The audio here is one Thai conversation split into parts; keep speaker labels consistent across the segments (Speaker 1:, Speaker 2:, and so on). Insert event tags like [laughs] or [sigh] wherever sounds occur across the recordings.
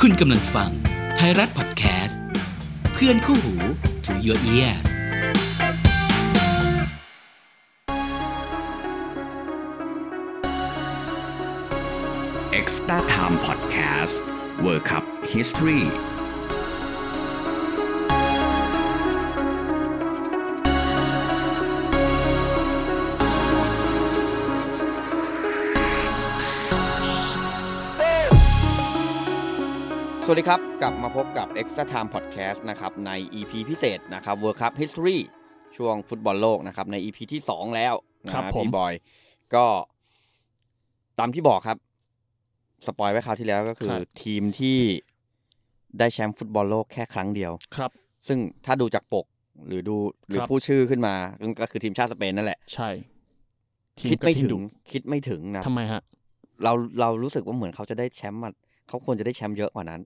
Speaker 1: คุณกำลังฟังไทยรัฐพอดแคสต์เพื่อนคู่หู to your ears
Speaker 2: เอ็กซ์ต้าไทม์พอดแคสต์เวิร์คัพฮิสตรี
Speaker 3: สวัสดีครับ กลับมาพบกับ Extra Time Podcast นะครับใน EP พิเศษนะครับ World Cup History ช่วงฟุตบอลโลกนะครับใน EP ที่ 2 แล้วนะครับ
Speaker 4: ผม
Speaker 3: พี่บอย ก็ตามที่บอกครับ สปอยไว้คราวที่แล้วก็คือ
Speaker 4: ครับ
Speaker 3: ทีมที่ได้แชมป์ฟุตบอลโลกแค่ครั้งเดียว
Speaker 4: ครับ
Speaker 3: ซึ่งถ้าดูจากปกหรือดูหรือ
Speaker 4: ครับ
Speaker 3: พูดชื่อขึ้นมาก็คือทีมชาติสเปนนั่นแหละ
Speaker 4: ใช่ที
Speaker 3: คิด
Speaker 4: ก็
Speaker 3: ไม่
Speaker 4: ที
Speaker 3: ถึง
Speaker 4: ดุ
Speaker 3: คิดไม่ถึงนะ
Speaker 4: ทำไมฮะ
Speaker 3: เราเรารู้สึกว่าเหมือนเขาจะได้แชมป์มาเขาควรจะได้แชมป์เยอะกว่านั้น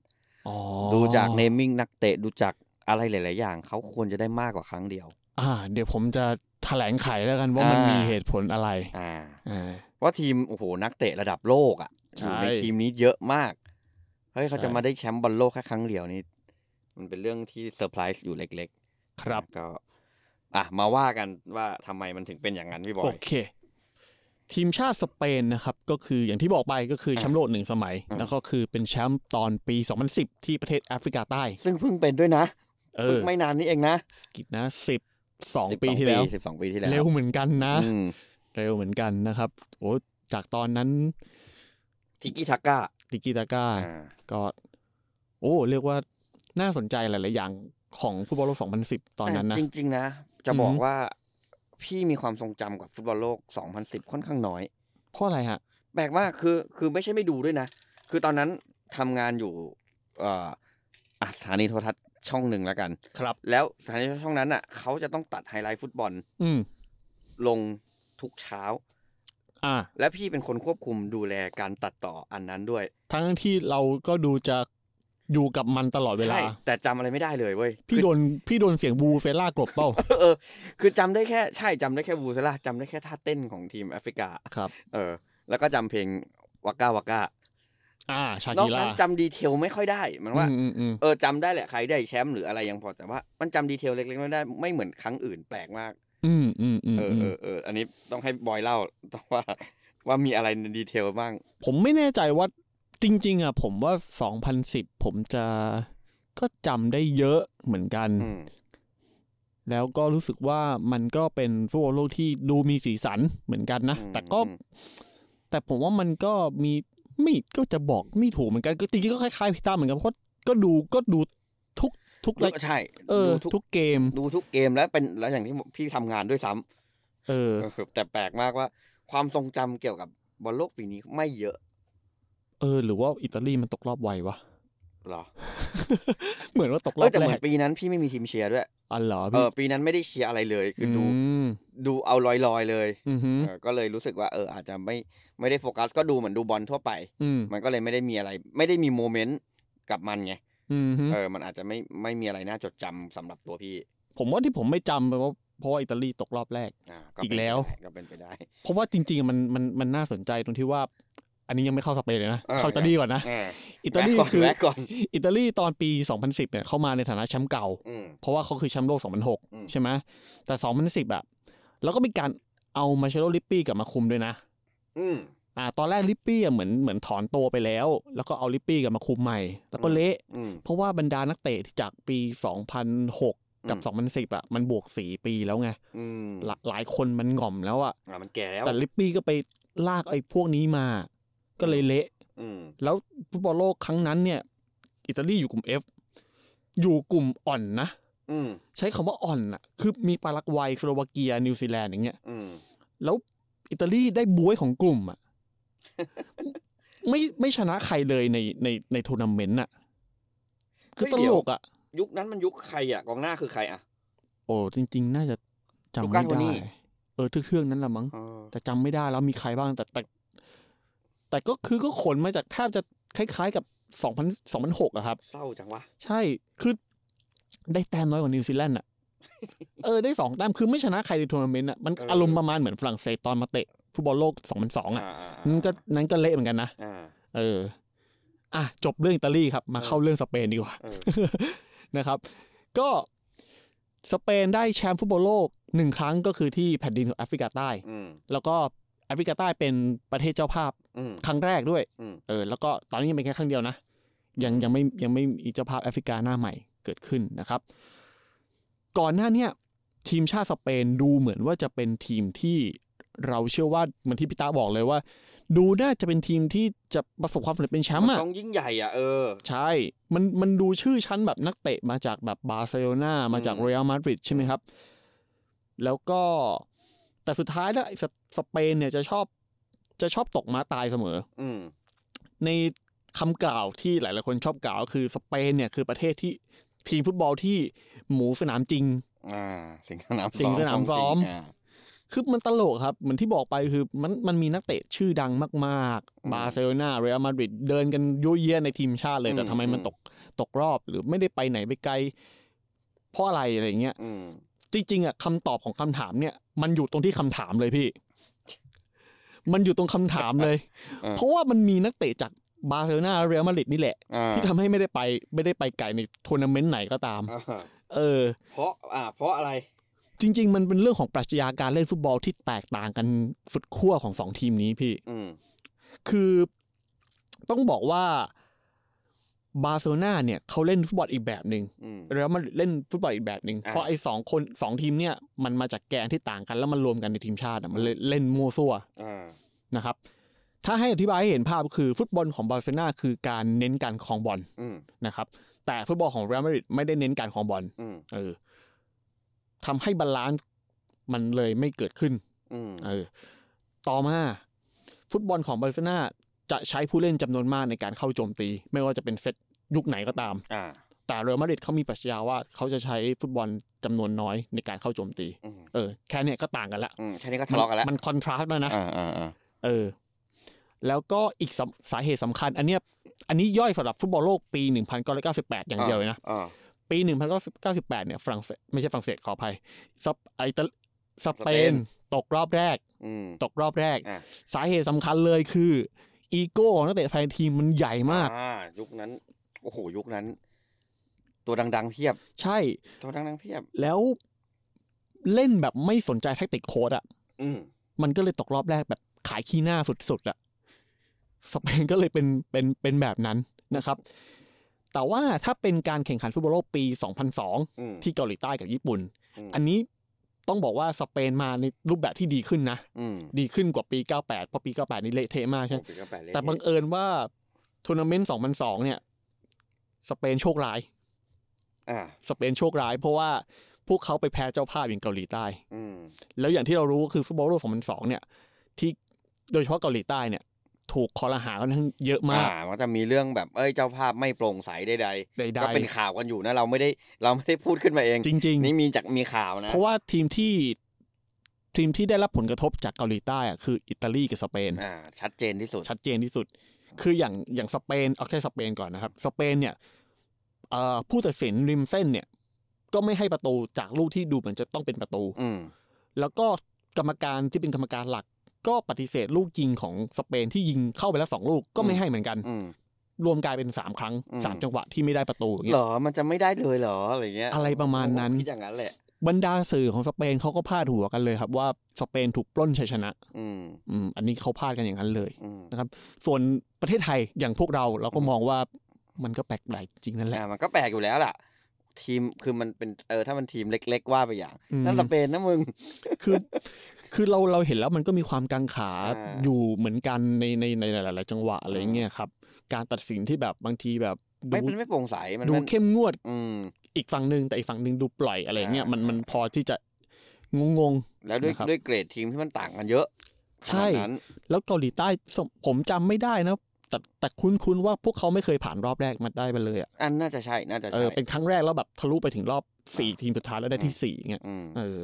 Speaker 4: อ๋อ
Speaker 3: ดูจากเนมมิ่งนักเตะดูจากอะไรหลาย ๆ อย่างเขาควรจะได้มากกว่าครั้งเดียว
Speaker 4: อ่า เดี๋ยวผมจะแถลงไขแล้วกันว่ามัน
Speaker 3: อ่ามี
Speaker 4: มีเหตุผลอะไร
Speaker 3: อ่า
Speaker 4: อ่า
Speaker 3: ว่าะทีมโอ้โหนักเตะระดับโลกอ่ะอ
Speaker 4: ใช่
Speaker 3: ยู่ในทีมนี้เยอะมากเฮ้ยเขาจะ
Speaker 4: ใช่
Speaker 3: มาได้แชมป์บอลโลกแค่ครั้งเดียวนี่มันเป็นเรื่องที่เซอร์ไพรส์อยู่เล็กๆ
Speaker 4: ครับ
Speaker 3: ก็ อ่ะมาว่ากันว่าทำไมมันถึงเป็นอย่างนั้นพี่บอ
Speaker 4: โอย เค ทีมชาติสเปนนะครับ ก็คืออย่างที่บอกไปก็คือแชมป์โลกหนึ่งสมัย
Speaker 3: อ่า
Speaker 4: แล้วก็คือเป็นแชมป์ตอนปี 2010 ที่ประเทศแอฟริกาใต้
Speaker 3: ซึ่งเพิ่งเป็นด้วยนะ
Speaker 4: เอ
Speaker 3: เพิ่ง
Speaker 4: อ
Speaker 3: ไม่นานนี้เองนะ
Speaker 4: กิดนะ 12 ปีที่แล้ว
Speaker 3: สิบสองปีที่แล้ว
Speaker 4: เร็วเหมือนกันนะ
Speaker 3: อืม
Speaker 4: เร็วเหมือนกันนะครับโอ้จากตอนนั้น
Speaker 3: ทิกกี้ทักก้า
Speaker 4: ติกิตาก้า
Speaker 3: อ่า
Speaker 4: ก็ โอ้ เรียกว่าน่าสนใจหลาย ๆ อย่างของฟุตบอลโลก 2010 ตอนนั้นนะ
Speaker 3: จริง ๆ นะ จะบอก
Speaker 4: อือฮึ
Speaker 3: ว่าพี่มีความทรงจำกับฟุตบอลโลก 2010 ค่อนข้างน้อย
Speaker 4: เพราะอะไรฮะ
Speaker 3: แปลกมากคือคือไม่ใช่ไม่ดูด้วยนะ คือตอนนั้นทำงานอยู่เอ่ออ่ะสถานีโทรทัศน์ช่องหนึ่งแล้วกัน
Speaker 4: ครับ
Speaker 3: แล้วสถานีโทรทัศน์ช่องนั้นอ่ะเขาจะต้องตัดไฮไลท์ฟุตบอล
Speaker 4: อืม
Speaker 3: ลงทุกเช้า
Speaker 4: อ่า
Speaker 3: และพี่เป็นคนควบคุมดูแลการตัดต่ออันนั้นด้วย
Speaker 4: ทั้งที่เราก็ดูจะอยู่กับมันตลอดเวลา
Speaker 3: ใช่แต่จำอะไรไม่ได้เลยเว้ย
Speaker 4: พี่โดน พี่โดนเสียงบูเฟล่ากลบเปล่า
Speaker 3: คือเออ คือจำได้แค่ใช่จำได้แค่บูซาร่าจำได้แค่ท่าเต้นของทีมแอฟริกา
Speaker 4: ครับ
Speaker 3: เออ แล้วก็จำเพลงวากาวากา
Speaker 4: อ่า ชาน
Speaker 3: อก
Speaker 4: กี
Speaker 3: นั้
Speaker 4: ลาน
Speaker 3: จำดีเทลไม่ค่อยได้เหมันว่า
Speaker 4: อืมอืม
Speaker 3: เออจำได้แหละใครได้แชมป์หรืออะไรยังพอแต่ว่ามันจำดีเทลเล็กๆไม่ได้ไม่เหมือนครั้งอื่นแปลกมาก
Speaker 4: อืมอืมอืม
Speaker 3: เออ
Speaker 4: ม
Speaker 3: เออเอออันนี้ต้องให้บอยเล่าต้องว่า ว่ามีอะไรในดีเทลบ้าง
Speaker 4: ผมไม่แน่ใจว่าจริง ๆ อ่ะ ผมว่า 2010 ผมจะก็จำได้เยอะเหมือนกัน
Speaker 3: อืม
Speaker 4: แล้วก็รู้สึกว่ามันก็เป็นฟุตบอลโลกที่ดูมีสีสันเหมือนกันนะ
Speaker 3: อืม
Speaker 4: แต่ก็
Speaker 3: อืม
Speaker 4: แต่ผมว่ามันก็มีไม่ก็จะบอกไม่ถูกเหมือนกันก็จริงๆก็คล้ายๆพี่ตั้มเหมือนกันเพราะก็ดูก็ดูทุกทุก
Speaker 3: ดู
Speaker 4: ราย
Speaker 3: ใช่
Speaker 4: เออ
Speaker 3: ดู
Speaker 4: ทุกเกม
Speaker 3: ดูทุกเกมแล้วเป็นแล้วอย่างที่พี่ทำงานด้วยซ้ำ
Speaker 4: เออ
Speaker 3: เออแต่แปลกมากว่า ความทรงจำเกี่ยวกับบอลโลกปีนี้ไม่เยอะ
Speaker 4: เออ หรือว่าอิตาลีมันตกรอบไววะ [laughs]
Speaker 3: หรอ
Speaker 4: เหมือนว่าตกร
Speaker 3: เอ
Speaker 4: อ
Speaker 3: อบ แต่เหมื
Speaker 4: แร
Speaker 3: อก นปีนั้นพี่ไม่มีทีมเชียร์ด้วย
Speaker 4: อ๋อเหรอ
Speaker 3: เอ
Speaker 4: พี่
Speaker 3: อปีนั้นไม่ได้เชียร์อะไรเลยคืออดู
Speaker 4: ม
Speaker 3: ดูเอาลอยๆเลย
Speaker 4: อือหือ
Speaker 3: เออก็เลยรู้สึกว่าเอออาจจะไม่ไม่ได้โฟกัสก็ดูเหมือนดูบอลทั่วไป
Speaker 4: อืม
Speaker 3: มันก็เลยไม่ได้มีอะไร ไม่ได้มีโมเมนต์กับมันไง
Speaker 4: อือหือ
Speaker 3: เออมันอาจจะไม่ไม่มีอะไรน่าจดจำสำหรับตัวพี่
Speaker 4: ผมว่าที่ผมไม่จำเพราะเพราะว่าอิตาลีตกรอบแรก
Speaker 3: อ่าเป็น
Speaker 4: อีกแล้ว
Speaker 3: ก็เป็นไปได้
Speaker 4: เพราะว่าจริง ๆ มันมันมันน่าสนใจตรงที่ว่า อันนี้ยังไม่เข้าสเปนเลยนะ
Speaker 3: เออ
Speaker 4: เข้าอิตาลีก่อนนะ
Speaker 3: อ่า
Speaker 4: อิตาลี
Speaker 3: แวะก่น
Speaker 4: คือ
Speaker 3: แวะก่อน
Speaker 4: อิตาลีตอนปี 2010เนี่ยเข้ามาในฐานะแชมป์เก่า
Speaker 3: อืม
Speaker 4: เพราะว่าเขาคือแชมป์โลก
Speaker 3: อืม
Speaker 4: 2006 ใช่ไหม แต่ 2010 อ่ะ แล้วก็มีการเอามาเชโลลิปปี้กลับมาคุมด้วยนะ
Speaker 3: อืม
Speaker 4: อ่า ตอนแรกลิปปี้อะเหมือนเหมือนถอนตัวไปแล้ว แล้วก็เอาลิปปี้กลับมาคุมใหม่ แล้วก็
Speaker 3: อืม
Speaker 4: เละ
Speaker 3: อืม
Speaker 4: เพราะว่าบรรดานักเตะที่จากปี 2006 กับ
Speaker 3: อืม
Speaker 4: 2010 อ่ะ มันบวก 4 ปีแล้วไง
Speaker 3: อืม
Speaker 4: หลาหลายคนมันหง่อมแล้วอ่ะ
Speaker 3: อ่ามันแก่แล้ว
Speaker 4: แต่ลิปปี้ก็ไปลากไอ้พวกนี้มา ก็เลยเละ
Speaker 3: อืม
Speaker 4: แล้วฟุตบอลโลกครั้งนั้นเนี่ย อิตาลีอยู่กลุ่ม F อยู่กลุ่มอ่อนนะ
Speaker 3: อืม
Speaker 4: ใช้คำว่าอ่อนอ่ะ คือมีปารากวัยสโลวาเกีย นิวซีแลนด์อย่างเงี้ย
Speaker 3: อืม
Speaker 4: แล้วอิตาลีได้บวยของก
Speaker 3: [laughs]
Speaker 4: ลุ่มอ่ะ ไม่ไม่ชนะใครเลยในในในทัวร์นาเมนต์อ่ะ คือตลกอ่ะ
Speaker 3: ยุคนั้นมันยุคใครอ่ะกองหน้าคือใครอ่ะ
Speaker 4: โอ้จริง ๆ น่าจะจำ
Speaker 3: ลูก้า
Speaker 4: ไม่
Speaker 3: โทนี่
Speaker 4: ได้ เออเทื่องๆนั้นละมั้ง
Speaker 3: เออ
Speaker 4: แต่จำไม่ได้แล้วมีใครบ้างแต่แต่ แต่ก็คือก็ขนมาจากแทบจะคล้ายๆกับสองพันสองพันหกอะครับ
Speaker 3: เศร้าจังวะ
Speaker 4: ใช่ คือได้แต้มน้อยกว่านิวซีแล [laughs] นด์อ่ะ เออ ได้สองแต้ม คือไม่ชนะใครในทัวร์นาเมนต์อ่ะ มันอารมณ์ประมาณเหมือนฝรั่งเศสตอนมาเตะฟุตบอลโลก 2002 อ่ะ
Speaker 3: อ่าอ่า
Speaker 4: นั่นก็นั้นก็เละเหมือนกันนะ
Speaker 3: อ่า
Speaker 4: เออ อ่ะจบเรื่องอิตาลีครับ มาเข้าเรื่องสเปนดีกว่า
Speaker 3: เออ
Speaker 4: [laughs] นะครับ ก็สเปนได้แชมป์ฟุตบอลโลกหนึ่งครั้งก็คือที่แผ่นดินของแอฟริกาใต้
Speaker 3: อืม
Speaker 4: แล้วก็แอฟริกาใต้เป็นประเทศเจ้าภาพ
Speaker 3: อืม
Speaker 4: ครั้งแรกด้วย
Speaker 3: อืม
Speaker 4: เออแล้วก็ตอนนี้ยังเป็นแค่ครั้งเดียวนะ ยังยังไม่ยังไม่มีเจ้าภาพแอฟริกาหน้าใหม่เกิดขึ้นนะครับ ก่อนหน้าเนี้ยทีมชาติสเปนดูเหมือนว่าจะเป็นทีมที่เราเชื่อว่าเหมือนที่พี่ตาบอกเลยว่า ดูน่าจะเป็นทีมที่จะประสบความสำเร็จเป็นแชมป์
Speaker 3: มัน
Speaker 4: อ่ะ
Speaker 3: ต้องยิ่งใหญ่อ่ะเออ
Speaker 4: ใช่ มันมันดูชื่อชั้นแบบนักเตะมาจากแบบบาร์เซโลนามาจาก
Speaker 3: อืม
Speaker 4: เรอัลมาดริดใช่ไหมครับ แล้วก็แต่สุดท้ายแล้วไอ้สสเปนเนี่ยจะชอบจะชอบตกม้าตายเสมอ
Speaker 3: อืม
Speaker 4: ในคำกล่าวที่หลายๆคนชอบกล่าวก็คือสเปนเนี่ยคือประเทศที่ทีมฟุตบอลที่หมูสนามจริง
Speaker 3: อ่า สิงสนาม
Speaker 4: สิงสนามซ้อม
Speaker 3: ขงจริงะ
Speaker 4: คือมันตลกครับ เหมือนที่บอกไปคือมันมันมีนักเตะชื่อดังมาก
Speaker 3: อืม
Speaker 4: ๆบาร์เซโลนาเรอัลมาดริดเดินกันยั่วเยียในทีมชาติเลย
Speaker 3: อืม
Speaker 4: แต่ทำไมมัน
Speaker 3: อืม
Speaker 4: ตกตกรอบหรือไม่ได้ไปไหนไปไกล เพราะอะไรอะไรอย่างเงี้ย
Speaker 3: อืม
Speaker 4: จริงๆอ่ะคำตอบของคำถามเนี่ย มันอยู่ตรงที่คำถามเลยพี่ มันอยู่ตรงคำถามเลย
Speaker 3: [laughs] เออ
Speaker 4: เพราะว่ามันมีนักเตะจากบาร์เซโลนาเรอัลมาดริดนี่แหละ
Speaker 3: อ่า
Speaker 4: ที่ทำให้ไม่ได้ไปไม่ได้ไปไกลในทัวร์นาเมนต์ไหนก็ตาม
Speaker 3: อ่า
Speaker 4: เออ
Speaker 3: เพราะอ่า เพราะอะไร
Speaker 4: จริง ๆ มันเป็นเรื่องของปรัชญาการเล่นฟุตบอลที่แตกต่างกันสุดขั้วของสองทีมนี้พี่
Speaker 3: อืม
Speaker 4: คือต้องบอกว่าบาร์เซโลนาเนี่ยเขาเล่นฟุตบอลอีกแบบหนึ่ง
Speaker 3: อืม
Speaker 4: แล้วมันเล่นฟุตบอลอีกแบบหนึ่ง
Speaker 3: อ่า
Speaker 4: เพราะไอ้สองคนสองทีมเนี่ยมันมาจากแกนที่ต่างกันแล้วมันรวมกันในทีมชาติอะมันเลยเล่นมั่วซั่ว
Speaker 3: อ่า
Speaker 4: นะครับ ถ้าให้อธิบายให้เห็นภาพคือฟุตบอลของบาร์เซโลนาคือการเน้นการครองบอล
Speaker 3: อืม
Speaker 4: นะครับ แต่ฟุตบอลของเรอัลมาดริดไม่ได้เน้นการครองบอล
Speaker 3: อืม
Speaker 4: เออทำให้บาลานซ์มันเลยไม่เกิดขึ้น
Speaker 3: อืม
Speaker 4: เออ ต่อมา ฟุตบอลของบาร์เซโลนาจะใช้ผู้เล่นจำนวนมากในการเข้าโจมตี ไม่ว่าจะเป็นเซตยุคไหนก็ตาม
Speaker 3: อ่า
Speaker 4: แต่เรอัลมาดริดเขามีปรัชญาว่าเขาจะใช้ฟุตบอลจำนวนน้อยในการเข้าโจมตี
Speaker 3: อืม
Speaker 4: เออ แค่เนี้ยก็ต่างกันละ
Speaker 3: อืมแค่นี้ก็ทะเลาะกันแล้ว
Speaker 4: มันคอนทราสต์แล้วนะ
Speaker 3: อ่าอ่าอ่า
Speaker 4: เออ แล้วก็อีกสำสาเหตุสำคัญ อันเนี้ย อันนี้ย่อยสำหรับฟุตบอลโลกปี 1998 อย่างเดียวเลยนะ
Speaker 3: อ่า
Speaker 4: ปี 1998 เนี่ยฝรั่งเศสไม่ใช่ฝรั่งเศสขออภัยสเปไอตาส
Speaker 3: ส
Speaker 4: เป
Speaker 3: เป
Speaker 4: น
Speaker 3: น
Speaker 4: ตกรอบแรก
Speaker 3: อืม
Speaker 4: ตกรอบแรก
Speaker 3: อ่ะ
Speaker 4: สาเหตุสำคัญเลยคืออีโก้ของนักเตะภายในทีมมันใหญ่มาก
Speaker 3: อ่า ยุคนั้น โอ้โห ยุคนั้น ตัวดังๆเพียบ
Speaker 4: ใช่
Speaker 3: ตัวดังๆเพียบ
Speaker 4: แล้วเล่นแบบไม่สนใจแท็กติกโค้ดอ่ะ
Speaker 3: อืม
Speaker 4: มันก็เลยตกรอบแรกแบบขายขี้หน้าสุดๆอะสเปนก็เลยเป็นเป็นเป็นแบบนั้นนะครับ แต่ว่าถ้าเป็นการแข่งขันฟุตบอลโลกปี
Speaker 3: อืม
Speaker 4: 2002 ที่เกาหลีใต้กับญี่ปุ่น
Speaker 3: ม
Speaker 4: อันนี้ต้องบอกว่าสเปนมาในรูปแบบที่ดีขึ้นนะ
Speaker 3: อืม
Speaker 4: ดีขึ้นกว่าปี 98 เพราะปี 98 นี่เละเทะมากใช่ไหม
Speaker 3: โอ้เป็นกระปะเละ
Speaker 4: แต่บังเอิญว่าทัวร์นาเมนต์ 2002 เนี่ย สเปนโชคร้าย
Speaker 3: อ่า
Speaker 4: สเปนโชคร้าย เพราะว่าพวกเขาไปแพ้เจ้าภาพอย่างเกาหลีใต้
Speaker 3: อืม
Speaker 4: แล้วอย่างที่เรารู้ก็คือฟุตบอลโลก2002 เนี่ย ที่โดยเฉพาะเกาหลีใต้เนี่ย ถูกคอรหากันทั้งเยอะมาก
Speaker 3: อ่ามันจะมีเรื่องแบบ เอ้ย เจ้าภาพไม่โปร่งใสใด
Speaker 4: ใด
Speaker 3: ๆก็เป็นข่าวกันอยู่นะ เราไม่ได้ เราไม่ได้พูดขึ้นมาเอง
Speaker 4: ๆจริง
Speaker 3: นี่มีจากมีข่าว
Speaker 4: ๆ
Speaker 3: นะ
Speaker 4: เพราะว่าทีมที่ทีมที่ได้รับผลกระทบจากเกาหลีใต้อะคืออิตาลีกับสเปน
Speaker 3: อ่า ชัดเจนที่สุด
Speaker 4: ชัดเจนที่สุด คืออย่างอย่างสเปนเอาแค่สเปนก่อนนะครับ สเปนเนี่ยเอ่อผู้ตัดสินริมเส้นเนี่ย ก็ไม่ให้ประตูจากลูกที่ดูเหมือนจะต้องเป็นประตู
Speaker 3: อืม
Speaker 4: แล้วก็กรรมการที่เป็นกรรมการหลัก ก็ปฏิเสธลูกยิงของสเปนที่ยิงเข้าไปแล้วสองลูกก็ไม่ให้เหมือนกัน
Speaker 3: อืม
Speaker 4: รวมกลายเป็นสามครั้ง
Speaker 3: อืม
Speaker 4: สามจังหวะที่ไม่ได้ประตูอย่างเงี้
Speaker 3: เหร
Speaker 4: ย
Speaker 3: อ มันจะไม่ได้เลยเหรอ อะไรเงี้ย
Speaker 4: อะไรประมาณนั้น
Speaker 3: ผมก็คิดอย่างนั้นแหละ
Speaker 4: บรรดาสื่อของสเปนเขาก็พาดหัวกันเลยครับว่าสเปนถูกปล้นชัยชนะ
Speaker 3: อืม
Speaker 4: อืมอันนี้เขาพาดกันอย่างนั้นเลย
Speaker 3: อืม
Speaker 4: ส่วนประเทศไทยอย่างพวกเราเราก็มองว่ามันก็แปลกแปลกจริงนั่นแหละ
Speaker 3: อ่ามันก็แปลกอยู่แล้วล่ะ ทีม คือมันเป็น เออ ถ้ามันทีมเล็ก ๆ ว่าไปอย่าง
Speaker 4: อืม
Speaker 3: นั่นสเปนนะมึง
Speaker 4: คือ คือเราเราเห็นแล้วมันก็มีความกังขา
Speaker 3: อ่า
Speaker 4: อยู่เหมือนกันในในในหลายๆจังหวะอะไรอย่างเงี้ยครับ การตัดสินที่แบบบางทีแบบดู
Speaker 3: ไม่เป็นไม่โปร่งใส มัน
Speaker 4: ดู
Speaker 3: มัน
Speaker 4: เข้มงวด
Speaker 3: อืม
Speaker 4: อีกฝั่งหนึ่งแต่อีกฝั่งหนึ่งดูปล่อยอะไรอย่างเงี้ย
Speaker 3: อ่ามั
Speaker 4: มันมันพอที่จะงงง
Speaker 3: แล้วด้วย
Speaker 4: นะครับ
Speaker 3: ด้วยเกรดทีมที่มันต่างกันเยอะ
Speaker 4: ใช่
Speaker 3: ขนาดนั้น
Speaker 4: ๆแล้วเกาหลีใต้สมผมจำไม่ได้นะ แต่แต่คุ้นคุ้นๆว่าพวกเขาไม่เคยผ่านรอบแรกมาได้ไปเลยอ่ะ
Speaker 3: อันน่าจะใช่ น่าจะ
Speaker 4: เอ
Speaker 3: ใช่
Speaker 4: อเป็นครั้งแรกแล้วแบบทะลุไปถึงรอบสี่ทีมสุดท้ายแล้วได้ที่สี่เงี้ย
Speaker 3: อืม
Speaker 4: เออ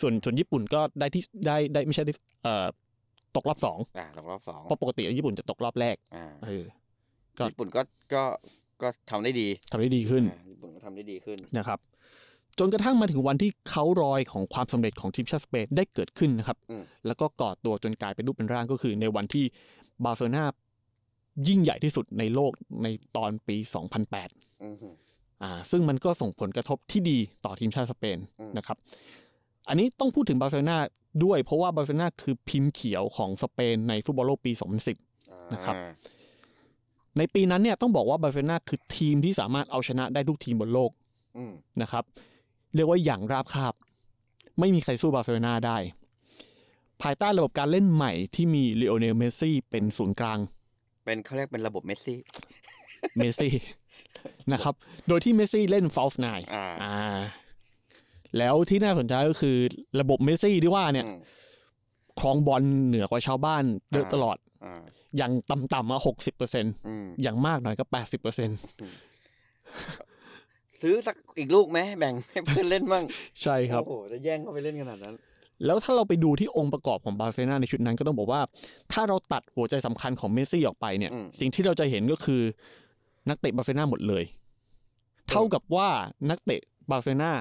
Speaker 4: ส่วนส่วนญี่ปุ่นก็ได้ที่ได้ได้ไม่ใช่ได้เอ่อตกรอบสอง
Speaker 3: อ่ารอบรอบสอง
Speaker 4: เพราะปกติญี่ปุ่นจะตกรอบแรก
Speaker 3: อ่า
Speaker 4: เออ ก็
Speaker 3: ญี่ปุ่นก็ ก็ ก็ทำได้ดี
Speaker 4: ทำได้ดีขึ้น
Speaker 3: อ่าญี่ปุ่นก็ทำได้ดีขึ้น
Speaker 4: นะครับ จนกระทั่งมาถึงวันที่เขารอยของความสำเร็จของทีมชาติสเปนได้เกิดขึ้นนะครับ
Speaker 3: อืม
Speaker 4: แล้วก็ก่อตัวจนกลายเป็นรูปเป็นร่างก็คือในวันที่บาร์เซโลนา ยิ่งใหญ่ที่สุดในโลกในตอนปี 2008
Speaker 3: อืมฮึ
Speaker 4: อ่าซึ่งมันก็ส่งผลกระทบที่ดีต่อทีมชาติสเปน
Speaker 3: อืม
Speaker 4: นะครับ อันนี้ต้องพูดถึงบาร์เซโลนาด้วยเพราะว่าบาร์เซโลนาคือพิมพ์เขียวของสเปนในฟุตบอลโลกปี 2010 นะครับ
Speaker 3: อ่า
Speaker 4: ในปีนั้นเนี่ยต้องบอกว่าบาร์เซโลนาคือทีมที่สามารถเอาชนะได้ทุกทีมบนโลก
Speaker 3: อืม
Speaker 4: นะครับ เรียกว่าอย่างราบคาบ ไม่มีใครสู้บาร์เซโลนาได้ ภายใต้ระบบการเล่นใหม่ที่มีเลโอเนลเมสซี่เป็นศูนย์กลาง
Speaker 3: เป็นเขาเรียกเป็นระบบเมสซี่
Speaker 4: เมสซี่ [laughs] นะครับ โดยที่เมสซี่เล่นฟอลส์ไน
Speaker 3: อ่า
Speaker 4: แล้วที่น่าสนใจก็คือระบบเมสซี่ที่ว่าเนี่ย
Speaker 3: อืม
Speaker 4: ครองบอลเหนือกว่าชาวบ้านเยอะ
Speaker 3: อ่า
Speaker 4: ตลอด
Speaker 3: อ่า
Speaker 4: อย่างต่ำๆมาหกสิบเปอร์เซ็น
Speaker 3: อืม
Speaker 4: อย่างมากหน่อยก็แปดสิบเปอร์เซ็น
Speaker 3: ซื้อสักอีกลูกไหมแบ่ง [laughs] ให้เพื่อนเล่นบ้าง
Speaker 4: ใช่ครับ
Speaker 3: โอ้โหจะแย่งเข้าไปเล่นขนาดนั้น
Speaker 4: แล้วถ้าเราไปดูที่องค์ประกอบของบาร์เซโลนาในชุดนั้นก็ต้องบอกว่า ถ้าเราตัดหัวใจสำคัญของเมสซี่ออกไปเนี่ย
Speaker 3: อืม
Speaker 4: สิ่งที่เราจะเห็นก็คือนักเตะบาร์เซโลนาหมดเลย เท่ากับว่านักเตะบาร์เซโลนา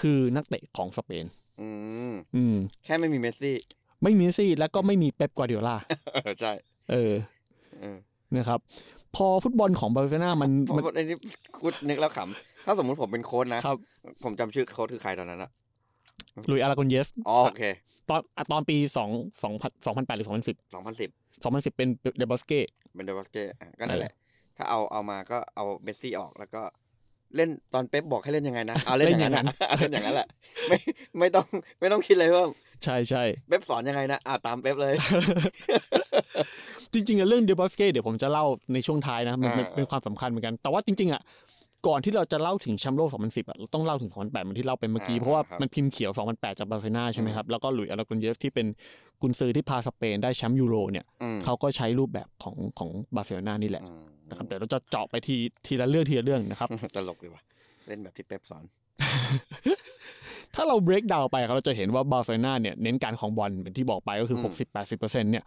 Speaker 4: คือนักเตะของสเปน
Speaker 3: อืม
Speaker 4: อืม
Speaker 3: แค่ไม่มีเมสซี่
Speaker 4: ไม่มีเมสซี่แล้วก็ไม่มีเป๊ปกัวเดียล่า
Speaker 3: เออใช่
Speaker 4: เออ
Speaker 3: เออ
Speaker 4: นะครับ พอฟุตบอลของบาร์เซโลนา
Speaker 3: [laughs]
Speaker 4: มัน
Speaker 3: ผม
Speaker 4: มัน
Speaker 3: ไอ้นี่กูนึกแล้วขำถ้าสมมุติผมเป็นโค้ชนะ
Speaker 4: ครับ
Speaker 3: ผมจำชื่อโค้ชคือใครตอนนั้นอะ
Speaker 4: ลุยอาราโกอนเยส
Speaker 3: อ๋อโอเค
Speaker 4: ตอนอ่ะตอนปีสองสองพันสองพันแปดหรือสองพันสิบ
Speaker 3: สองพันสิบ
Speaker 4: สองพันสิบเป็นเดบอสเก้
Speaker 3: เป็นเดวัสเก้อ่ะก็นั่นแหละ ถ้าเอาเอามาก็เอาเมสซี่ออกแล้วก็ เล่นตอนเป๊ปบอกให้เล่นยังไงนะ เอาเล่นอย่างนั้นอะ
Speaker 4: [laughs]
Speaker 3: [laughs]
Speaker 4: เล่นอย่างนั้
Speaker 3: เอาเล่นอย่างนั้น
Speaker 4: น
Speaker 3: แหละ ไม่ไม่ต้องไม่ต้องคิดเลยว่า
Speaker 4: ใช่ใช่
Speaker 3: เป๊ปสอนยังไงนะอ่าตามเป๊ปเลย
Speaker 4: [laughs] จริงๆอะเรื่องเดบอสเก้เดี๋ยวผมจะเล่าในช่วงท้ายนะมันมัน
Speaker 3: อ่า
Speaker 4: เป็นความสำคัญเหมือนกัน แต่ว่าจริงๆอ่ะก่อนที่เราจะเล่าถึงแชมป์โลก 2010อ่ะเราต้องเล่าถึง 2008เหมือนที่เล่าไปเมื่อกี้ เพราะว่ามันพิมพ์เขียว 2008 จากบาร์เซโลนาใช่ไหมครับ แล้วก็หลุยส์อาราโกอนเยสที่เป็นกุนซือที่พาสเปนได้แชมป์ยูโรเนี่ย
Speaker 3: อืม
Speaker 4: เขาก็ใช้รูปแบบของของบาร์เซโลนานี่แหละ
Speaker 3: อืม
Speaker 4: นะครับเดี๋ยวเราจะเจาะไปทีทีละเรื่องทีละเรื่องนะครับ
Speaker 3: [laughs] ตลกดีว่ะเล่นแบบที่เป๊ปสอน
Speaker 4: ถ้าเรา break down ไปครับเราจะเห็นว่าบาร์เซโลนาเนี่ยเน้นการครองบอลเหมือนที่บอกไปก็คือ
Speaker 3: อืม
Speaker 4: 60 80เปอร์เซ็นต์เนี่ย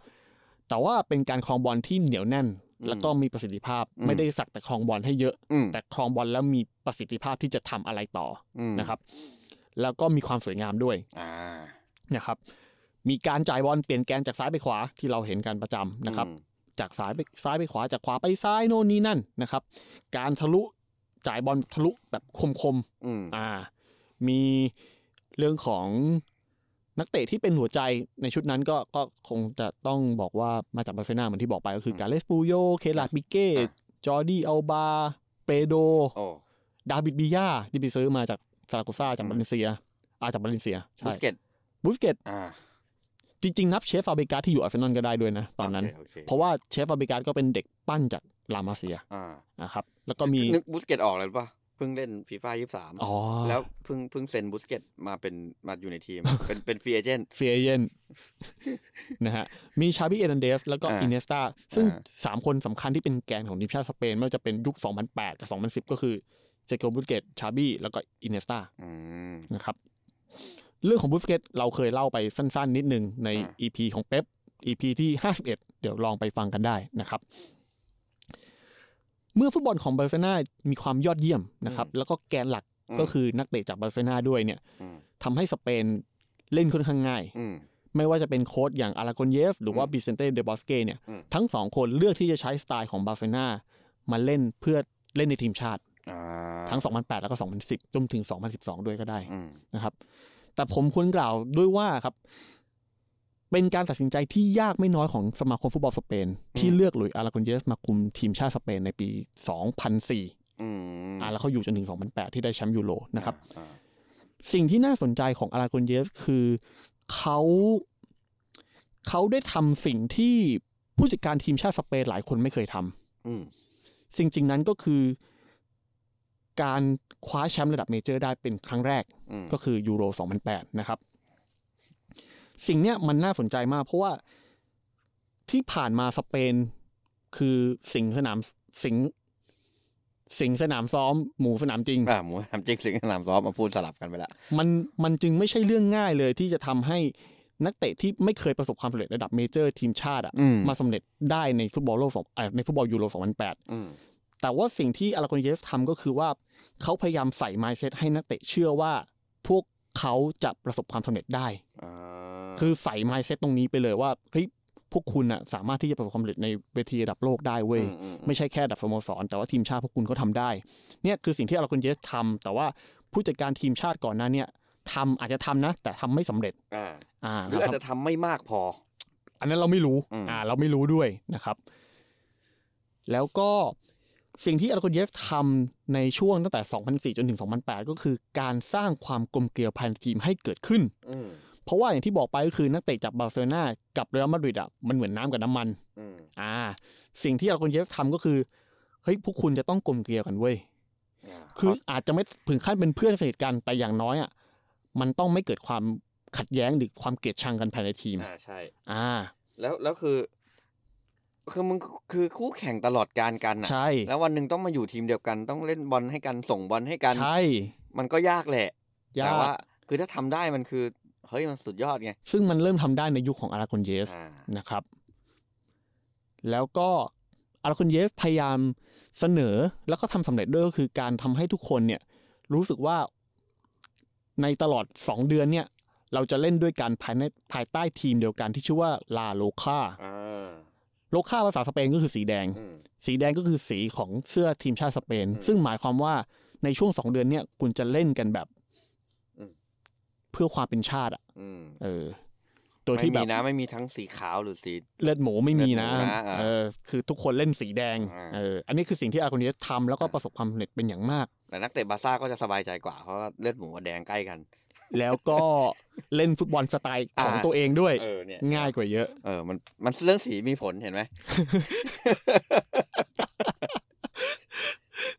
Speaker 4: แต่ว่าเป็นการครองบอลที่เหนียวแน่น
Speaker 3: อืม
Speaker 4: แล้วก็มีประสิทธิภาพ
Speaker 3: อืม
Speaker 4: ไม่ได้สักแต่ครองบอลให้เยอะ
Speaker 3: อืม
Speaker 4: แต่ครองบอลแล้วมีประสิทธิภาพที่จะทำอะไรต่อ
Speaker 3: อืม
Speaker 4: อนะครับ แล้วก็มีความสวยงามด้วย
Speaker 3: อ่า
Speaker 4: นะครับ มีการจ่ายบอลเปลี่ยนแกนจากซ้ายไปขวาที่เราเห็นกันประจำ
Speaker 3: นะ
Speaker 4: นะครับ จากซ้ายไปซ้ายไปขวาจากขวาไปซ้ายโน่นนี่นั่นนะครับ การทะลุจ่ายบอลทะลุแบบคมๆ
Speaker 3: อืม
Speaker 4: อ่ามีเรื่องของนักเตะที่เป็นหัวใจในชุดนั้นก็ก็คงจะต้องบอกว่ามาจากบาร์เซโลนาเหมือนที่บอกไปก็คือการเลสปูโย เคลาดบิเก้ จอร์ดีอัลบา เปโด
Speaker 3: โอ้
Speaker 4: ดาบิดบียาที่ไปซื้อมาจากซาราโกซ่าจากบาเลนเซียอาจากบาเลนเซีย
Speaker 3: บุ
Speaker 4: ใช่
Speaker 3: สเกต
Speaker 4: บุสเกต
Speaker 3: อ่า
Speaker 4: จริง ๆ นับเชฟฟาเบกัสที่อยู่อาร์เซนอลก็ได้ด้วยนะตอนนั้น
Speaker 3: โเคโอ
Speaker 4: เพ
Speaker 3: เค
Speaker 4: ราะว่าเชฟฟาเบกัสก็เป็นเด็กปั้นจากลามาเซีย
Speaker 3: อ่า
Speaker 4: นะครับแล้วก็มี
Speaker 3: นึกบุสเกตออกเลยป่ะเพิ่งเล่นฟีฟ่ายี่สาม
Speaker 4: อ๋อ
Speaker 3: แล้วเพิ่งเพิ่งเซ็นบุสเกตมาเป็นมาอยู่ในทีม เป็นเป็นฟรีเอเจนต์
Speaker 4: เฟียเยน [laughs] นะฮะ มีชาบิเอนันเดฟแล้วก็
Speaker 3: อ่า
Speaker 4: อินเนสตาซึ่ง
Speaker 3: อ่า
Speaker 4: สามคนสำคัญที่เป็นแกนของทีมชาติสเปน ไม่ว่าจะเป็นยุค 2008 กับ 2010 ก็คือเจโกบุสเกตชาบี้แล้วก็อินเนสตา
Speaker 3: อืม
Speaker 4: นะครับ เรื่องของบุสเกตเราเคยเล่าไปสั้นๆ นิดนึงใน
Speaker 3: อ่า
Speaker 4: EP ของเป๊ป EP ที่ 51 เดี๋ยวลองไปฟังกันได้นะครับ เมื่อฟุตบอลของบาร์เซโลนามีความยอดเยี่ยมนะครับ แล้วก็แกนหลัก
Speaker 3: อืม
Speaker 4: ก็คือนักเตะจากบาร์เซโลนาด้วยเนี่ย
Speaker 3: อืม
Speaker 4: ทำให้สเปนเล่นค่อนข้างง่าย
Speaker 3: อืม
Speaker 4: ไม่ว่าจะเป็นโค้ดอย่างอารา o อนเยฟหรือว่า
Speaker 3: อืม
Speaker 4: บิเซนเต้เดบอสเกเนี่ย
Speaker 3: อืม
Speaker 4: ทั้งสองคนเลือกที่จะใช้สไตล์ของบาร์เซโลนามาเล่นเพื่อเล่นในทีมชาติ
Speaker 3: อ่า
Speaker 4: ทั้ง 2008 แล้วก็ 2010 จนถึง 2012 ด้วยก็ได้
Speaker 3: อืม
Speaker 4: นะครับ แต่ผมควรกล่าวด้วยว่าครับ เป็นการตัดสินใจที่ยากไม่น้อยของสมาคมฟุตบอลสเปน ที่เลือกหลุยส์อารา o อนเยสมาคุมทีมชาติสเปนในปี 2004
Speaker 3: อืม
Speaker 4: อ่าแล้วเขาอยู่จนถึง 2008 ที่ได้แชมป์ยูโรนะครับ
Speaker 3: อ่า
Speaker 4: สิ่งที่น่าสนใจของอาราโกนเยฟคือเขาเขาได้ทำสิ่งที่ผู้จัดการทีมชาติสเปนหลายคนไม่เคยท
Speaker 3: อืม
Speaker 4: ำสิ่งจริงนั้นก็คือการคว้าแชมป์ระดับเมเจอร์ได้เป็นครั้งแรก
Speaker 3: อืม
Speaker 4: ก็คือยูโร 2008 นะครับ สิ่งเนี้ยมันน่าสนใจมากเพราะว่าที่ผ่านมาสเปนคือสิงสนามสิงสิงสนามซ้อม หมูสนามจริง
Speaker 3: อ่าหมูทำจริงสิงสนามซ้อมมาพูดสลับกันไปละ
Speaker 4: มันมันจึงไม่ใช่เรื่องง่ายเลยที่จะทำให้นักเตะที่ไม่เคยประสบความสำเร็จระดับเมเจอร์ทีมชาติอะ
Speaker 3: อืม
Speaker 4: มาสำเร็จได้ในฟุตบอลโลกสองเอ่อในฟุตบอลยูโร2008
Speaker 3: อืม
Speaker 4: แต่ว่าสิ่งที่อาราโกอนเยสทำก็คือว่าเขาพยายามใส่ mindset ให้นักเตะเชื่อว่าพวกเขาจะประสบความสำเร็จได้
Speaker 3: อ่า
Speaker 4: คือใส่ mindset ตรงนี้ไปเลยว่าเฮ้ย พวกคุณอะสามารถที่จะประสบความสำเร็จในเวทีระดับโลกได้เว้ย
Speaker 3: อือื
Speaker 4: ไม่ใช่แค่ระดับสโมสร แต่ว่าทีมชาติพวกคุณเขาทำได้ เนี่ยคือสิ่งที่อาราคอนเยสทำแต่ว่าผู้จัดการทีมชาติก่อนหน้าเนี่ยทำอาจจะทำนะ แต่ทำไม่สำเร็จ
Speaker 3: อ่า
Speaker 4: อ่า
Speaker 3: หรืออาจ
Speaker 4: ครับ
Speaker 3: จะทำไม่มากพอ
Speaker 4: อันนั้นเราไม่รู้
Speaker 3: อืม
Speaker 4: อ่าเราไม่รู้ด้วยนะครับ แล้วก็สิ่งที่อาราคอนเยสทำในช่วงตั้งแต่ 2004 จนถึง 2008 ก็คือการสร้างความกลมเกลียวภายในทีมให้เกิดขึ้น
Speaker 3: อืม
Speaker 4: เพราะว่าอย่างที่บอกไปก็คือนักเตะจากบาร์เซโลนากับเรอัลมาดริดอ่ะมันเหมือนน้ำกับน้ำมัน
Speaker 3: อืม
Speaker 4: อ่า สิ่งที่อาราคอนเยสทำก็คือเฮ้ยพวกคุณจะต้องกลมเกลียวกันเว้ย
Speaker 3: า
Speaker 4: คืออาจจะไม่ถึงขั้นเป็นเพื่อนสนิทกันแต่อย่างน้อยอ่ะมันต้องไม่เกิดความขัดแย้งหรือความเกลียดชังกันภายในทีม
Speaker 3: อ่าใช่
Speaker 4: อ่า
Speaker 3: แล้วแล้วคือ คือมึงคือคู่แข่งตลอดการกันนะ
Speaker 4: ใช่
Speaker 3: แล้ววันหนึ่งต้องมาอยู่ทีมเดียวกัน ต้องเล่นบอลให้กันส่งบอลให้กัน
Speaker 4: ใช่
Speaker 3: มันก็ยากแหละ
Speaker 4: ยา
Speaker 3: แต่ว่า
Speaker 4: ก
Speaker 3: คือถ้าทำได้มันคือเฮ้ยมันสุดยอดไง
Speaker 4: ซึ่งมันเริ่มทำได้ในยุคของอาราคอนเยส
Speaker 3: อ่า
Speaker 4: นะครับ แล้วก็อาราคอนเยสพยายามเสนอแล้วก็ทำสำเร็จด้วยก็คือการทำให้ทุกคนเนี่ย รู้สึกว่าในตลอด 2 เดือนเนี่ย เราจะเล่นด้วยกันภายในภายใต้ทีมเดียวกันที่ชื่อว่าลาโลคา
Speaker 3: อ่า
Speaker 4: โลคาภาษาสเปนก็คือสีแดง
Speaker 3: อืม
Speaker 4: สีแดงก็คือสีของเสื้อทีมชาติสเปน
Speaker 3: อืม
Speaker 4: ซึ่งหมายความว่าในช่วงสองเดือนเนี่ยคุณจะเล่นกันแบบ
Speaker 3: อืม
Speaker 4: เพื่อความเป็นชาติอ่ะ
Speaker 3: อืม
Speaker 4: เออ โดย
Speaker 3: ไม่
Speaker 4: ที่แบ
Speaker 3: มี
Speaker 4: บ
Speaker 3: นะไม่มีทั้งสีขาวหรือสี
Speaker 4: เลือดหมูไม่มีนะ
Speaker 3: เลือดหมูนะอ่า
Speaker 4: เออ คือทุกคนเล่นสีแดง
Speaker 3: อ่า
Speaker 4: เอออันนี้คือสิ่งที่อาร์โกเนียสทำแล้วก็ประสบความสำเร็จเป็นอย่างมาก
Speaker 3: แต่นักเตะบาร์ซ่าก็จะสบายใจกว่าเพราะว่าเลือดหมูกับแดงใกล้กัน
Speaker 4: แล้วก็เล่นฟุตบอลสไตล์ของ
Speaker 3: อ่า
Speaker 4: ตัวเองด้วย
Speaker 3: เออเนี่ย
Speaker 4: ง่ายกว่าเยอะ
Speaker 3: เออมันมันเรื่องสีมีผลเห็นไหม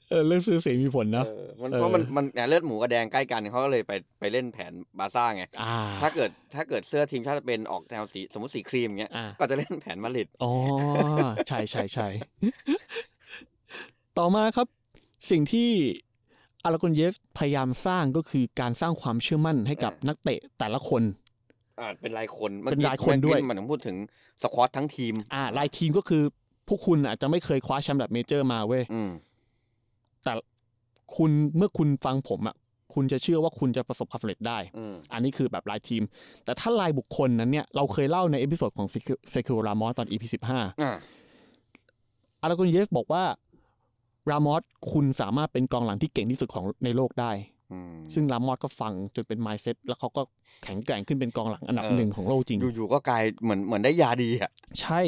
Speaker 4: เออเรื่องซื้อเสียงมีผลเนอะ
Speaker 3: เออมัน
Speaker 4: เออ
Speaker 3: เพราะมันมันเนี่ยเลือดหมูกับแดงใกล้กันเขาก็เลยไปไปเล่นแผนบาร์ซ่าไง
Speaker 4: อ่า
Speaker 3: ถ้าเกิดถ้าเกิดเสื้อทีมชาติสเปนออกแนวสีสมมติสีครีมเงี้ย
Speaker 4: อ่า
Speaker 3: ก็จะเล่นแผนมาดริด
Speaker 4: อ๋อ ใช่ใช่ใช่ ต่อมาครับ สิ่งที่อาราโกอนเยสพยายามสร้างก็คือการสร้างความเชื่อมั่นให้กับนักเตะแต่ละคน
Speaker 3: อ่าเป็นรายคน
Speaker 4: เป็นรายคนด้วย
Speaker 3: เมื่อกี้มันผมพูดถึงสควอตทั้งทีม
Speaker 4: อ่ารายทีมก็คือพวกคุณอาจจะไม่เคยคว้าแชมป์แบบเมเจอร์มาเว้ย
Speaker 3: อืม
Speaker 4: แต่คุณเมื่อคุณฟังผมอ่ะ คุณจะเชื่อว่าคุณจะประสบความสำเร็จได้
Speaker 3: อืม
Speaker 4: อันนี้คือแบบรายทีม แต่ถ้ารายบุคคลนั้นเนี่ย เราเคยเล่าในเอพิโซดของเซคิวรามอสตอน EP สิบห้า
Speaker 3: อ่า
Speaker 4: อาราโกอนเยสบอกว่า รามอสคุณสามารถเป็นกองหลังที่เก่งที่สุดของในโลกได้
Speaker 3: อืม
Speaker 4: ซึ่งรามอสก็ฟังจนเป็นไมซ์เซ็ตแล้วเขาก็แข็งแกร่งขึ้นเป็นกองหลังอันดับ
Speaker 3: เออ
Speaker 4: หนึ่งของโลกจริง
Speaker 3: อยู่ๆก็กลายเหมือนเหมือนได้ยาดีอ่ะ
Speaker 4: ใช่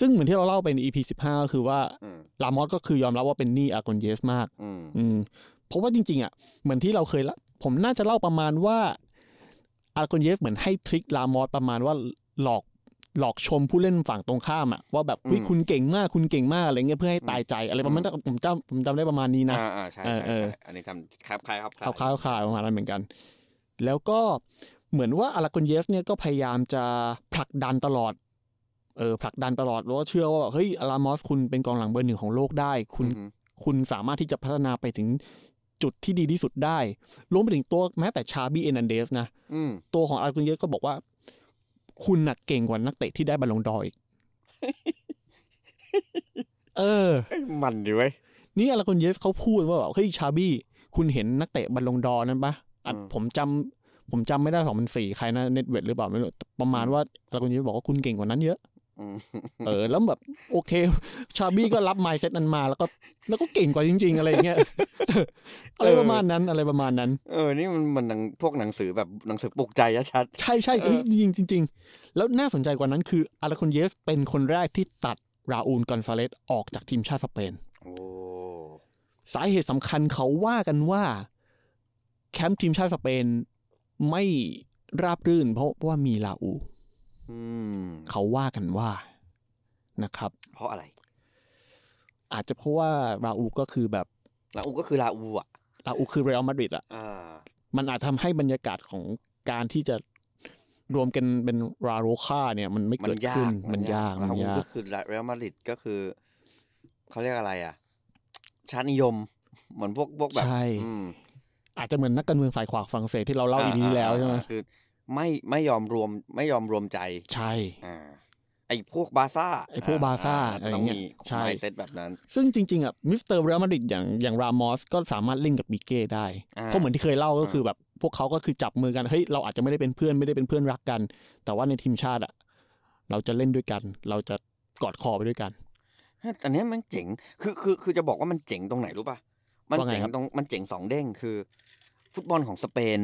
Speaker 4: ซึ่งเหมือนที่เราเล่าไปใน EP 15ก็คือว่า
Speaker 3: อืม
Speaker 4: รามอสก็คือยอมรับว่าเป็นหนี้อาราโกอนเยสมาก
Speaker 3: อืม
Speaker 4: อืมเพราะว่าจริง ๆ อ่ะ เหมือนที่เราเคยละผมน่าจะเล่าประมาณว่าอาราโกอนเยสเหมือนให้ทริคลามอสประมาณว่าหลอกหลอกชมผู้เล่นฝั่งตรงข้ามอ่ะว่าแบบเฮ้ยคุณเก่งมากคุณเก่งมากอะไรเงี้ยเพื่อให้ตายใจอะไรประมาณนั้นผมจำผมจำได้ประมาณนี้นะ
Speaker 3: อ่าอ่าใช่ใช่
Speaker 4: เออเอ
Speaker 3: ใช่
Speaker 4: อ
Speaker 3: อันนี้ทำครับคล้ายครับ
Speaker 4: คร่าวๆคลายประมาณนั้นเหมือนกัน แล้วก็เหมือนว่าอาราคอนเยฟเนี่ยก็พยายามจะผลักดันตลอด เออผลักดันตลอดแล้วก็เชื่อว่าแบบเฮ้ยอารามอสคุณเป็นกองหลังเบอร์หนึ่งของโลกได้ คุ
Speaker 3: อื
Speaker 4: ณ
Speaker 3: ม
Speaker 4: คุณสามารถที่จะพัฒนาไปถึงจุดที่ดีที่สุดได้ รวมไปถึงตัวแม้แต่ชาบี้เอนันเดสนะ
Speaker 3: อืม
Speaker 4: ตัวของอาราคอนเยฟก็บอกว่า คุณหนักเก่งกว่านักเตะที่ได้บอลลงดอร์ [laughs] อีก เออ
Speaker 3: เอ้ยมันดีเว้ย
Speaker 4: นี่อาราคอนเยฟเขาพูดว่าแบบเฮ้ยชาบี้ คุณเห็นนักเตะบอลลงดอร์นั้นปะอ่ะ
Speaker 3: อืม
Speaker 4: ผมจำผมจำไม่ได้สองพันสี่ใครนะเน็ตเวทหรือเปล่าไม่รู้ประมาณว่าอาราคอนเยฟบอกว่าคุณเก่งกว่านั้นเยอะ
Speaker 3: อืม
Speaker 4: เออ แล้วแบบโอเค ชาบี้ก็รับไมล์เซตนั้นมาแล้วก็แล้วก็เก่งกว่าจริง ๆ อะไรอย่า
Speaker 3: [laughs]
Speaker 4: งเงี้ย อะไรประมาณนั้นอะไรประมาณนั้น
Speaker 3: เออนี่มันมันหนังพวกหนังสือแบบหนังสือปลุกใจชัด
Speaker 4: ใช่ใช่
Speaker 3: เออ
Speaker 4: จริงจริงจริง ๆ แล้วน่าสนใจกว่านั้นคืออาราคอนเยฟเป็นคนแรกที่ตัดราอูลกอนซาเลสออกจากทีมชาติสเปน
Speaker 3: ๆโอ้
Speaker 4: สาเหตุสำคัญเขาว่ากันว่า แคมป์ทีมชาติสเปนไม่ราบรื่น เพราะว่ามีลาอู
Speaker 3: อืม
Speaker 4: เขาว่ากันว่านะครับ
Speaker 3: เพราะอะไร
Speaker 4: อาจจะเพราะว่าลาอูก็คือแบบ
Speaker 3: ลาอูก็คือลาอูอ่ะ
Speaker 4: ลาอูคือเรอัลมาดริดอะ
Speaker 3: อ่า
Speaker 4: มันอาจทำให้บรรยากาศของการที่จะรวมกันเป็นราโรคาเนี่ย มันไม่
Speaker 3: มัน
Speaker 4: เกิด
Speaker 3: ยา
Speaker 4: ขึ้น
Speaker 3: ก
Speaker 4: มันยาก
Speaker 3: ลา
Speaker 4: มัน
Speaker 3: อู
Speaker 4: ยา
Speaker 3: ก็
Speaker 4: ก
Speaker 3: คือเรอัลมาดริดก็คือ เขาเรียกอะไรอ่ะ ชาตินิยม เหมือนพวกพวกแบบ
Speaker 4: ใช่
Speaker 3: อืม
Speaker 4: อาจจะเหมือนนักการเมืองฝ่ายขวาฝรั่งเศสที่เราเล่าอี
Speaker 3: า
Speaker 4: พีที่แล้วใช่ไหม
Speaker 3: อ่าคือ ไม่ไม่ยอมรวมไม่ยอมรวมใจ
Speaker 4: ใช่
Speaker 3: อ่า ไอ้พวกบาร์ซ่า
Speaker 4: ไอ้พวกบาร์ซ่าอะไรเงี้ยใช่
Speaker 3: ใช่เซตแบบนั้น
Speaker 4: ซึ่งจริงๆอ่ะมิสเตอร์เรอัลมาดริดอย่างอย่างรามอสก็สามารถเล่นกับบิเก้ได้
Speaker 3: อ่า
Speaker 4: ก็เหมือนที่เคยเล่าก็คือแบบพวกเขาก็คือจับมือกันเฮ้ยเราอาจจะไม่ได้เป็นเพื่อนไม่ได้เป็นเพื่อนรักกัน แต่ว่าในทีมชาติอ่ะ เราจะเล่นด้วยกัน เราจะกอดคอไปด้วยกัน
Speaker 3: อันเนี้ยมันเจ๋ง คือคือคือจะบอกว่ามันเจ๋งตรงไหนรู้ป่ะ มัน
Speaker 4: ว่าไง
Speaker 3: เจ๋ง
Speaker 4: ครับ
Speaker 3: ตรงมันเจ๋งสองเด้งคือ ฟุตบอลของสเปน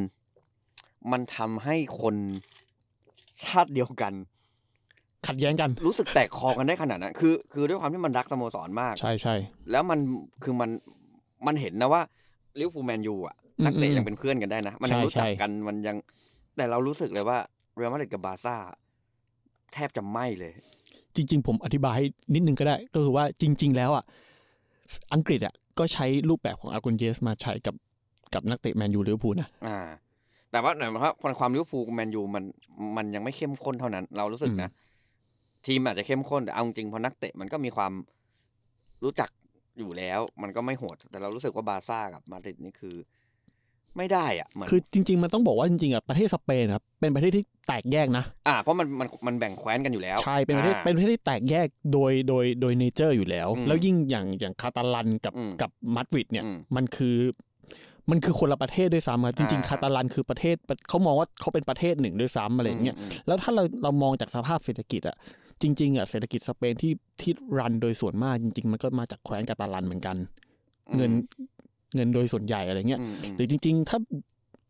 Speaker 3: มันทำให้คนชาติเดียวกัน
Speaker 4: ขัดแย้งกัน
Speaker 3: รู้สึกแตกคอกันได้ขนาดนั้น คือ คือด้วยความที่มันรักสโมสรมาก
Speaker 4: ใช่ใช่
Speaker 3: แล้วมันคือมันมันเห็นนะว่าลิเวอร์พูลแมนยูอ่ะ
Speaker 4: อืม
Speaker 3: นักเตะ
Speaker 4: อืม
Speaker 3: ยังเป็นเพื่อนกันได้นะ มันยัง
Speaker 4: ใช่
Speaker 3: รู้จัก
Speaker 4: ใช่
Speaker 3: กันมันยัง แต่เรารู้สึกเลยว่าเรอัลมาดริดกับบาร์ซ่า แทบจะไม่เลย
Speaker 4: จริง ๆ ผมอธิบายให้นิดนึงก็ได้ ก็คือว่าจริง ๆ แล้วอ่ะอังกฤษอ่ะก็ใช้รูปแบบของอาร์กุนเยสมาใช้กับกับนักเตะแมนยูลิเวอร์พูลนะ
Speaker 3: อ่า แต่ว่าแต่ว่าความลิเวอร์พูลแมนยูมันมันยังไม่เข้มข้นเท่านั้น เรารู้สึกนะ ทีมอาจจะเข้มข้นแต่เอาจริงๆเพอนักเตะมันก็มีความรู้จักอยู่แล้ว มันก็ไม่โหด แต่เรารู้สึกว่าบาร์ซ่ากับมาดริดนี่คือ ไม่ได้อ่ะเหมือน
Speaker 4: คือจริง ๆ มันต้องบอกว่าจริงๆอ่ะประเทศสเปนครับเป็นประเทศที่แตกแยกนะ
Speaker 3: อ่าเพราะมันมันมันแบ่งแคว้นกันอยู่แล้ว
Speaker 4: ใช่เป็นประเทศ
Speaker 3: อ่า
Speaker 4: เป็นประเทศที่แตกแยกโดยโดยโดยเนเจอร์อยู่แล้ว
Speaker 3: อืม
Speaker 4: แล้วยิ่งอย่างอย่างคาตาลันกับ
Speaker 3: อืม
Speaker 4: กับมาดริดเนี่ย
Speaker 3: อืม
Speaker 4: มันคือมันคือคนละประเทศด้วยซ้ำครับจริง ๆ
Speaker 3: อ่า
Speaker 4: คาตาลันคือประเทศเขามองว่าเขาเป็นประเทศหนึ่งด้วยซ้ำอะไรอย่างเงี้ย
Speaker 3: มม
Speaker 4: แล้วถ้าเราเรามองจากสภาพเศรษฐกิจอะจริงๆอะเศรษฐกิจสเปนที่ที่รันโดยส่วนมากจริง ๆ มันก็มาจากแคว้นกาตาลันเหมือนกัน เงินเงินโดยส่วนใหญ่อะไรเงี้ย
Speaker 3: อืมอืม
Speaker 4: หรือจริง ๆ ถ้า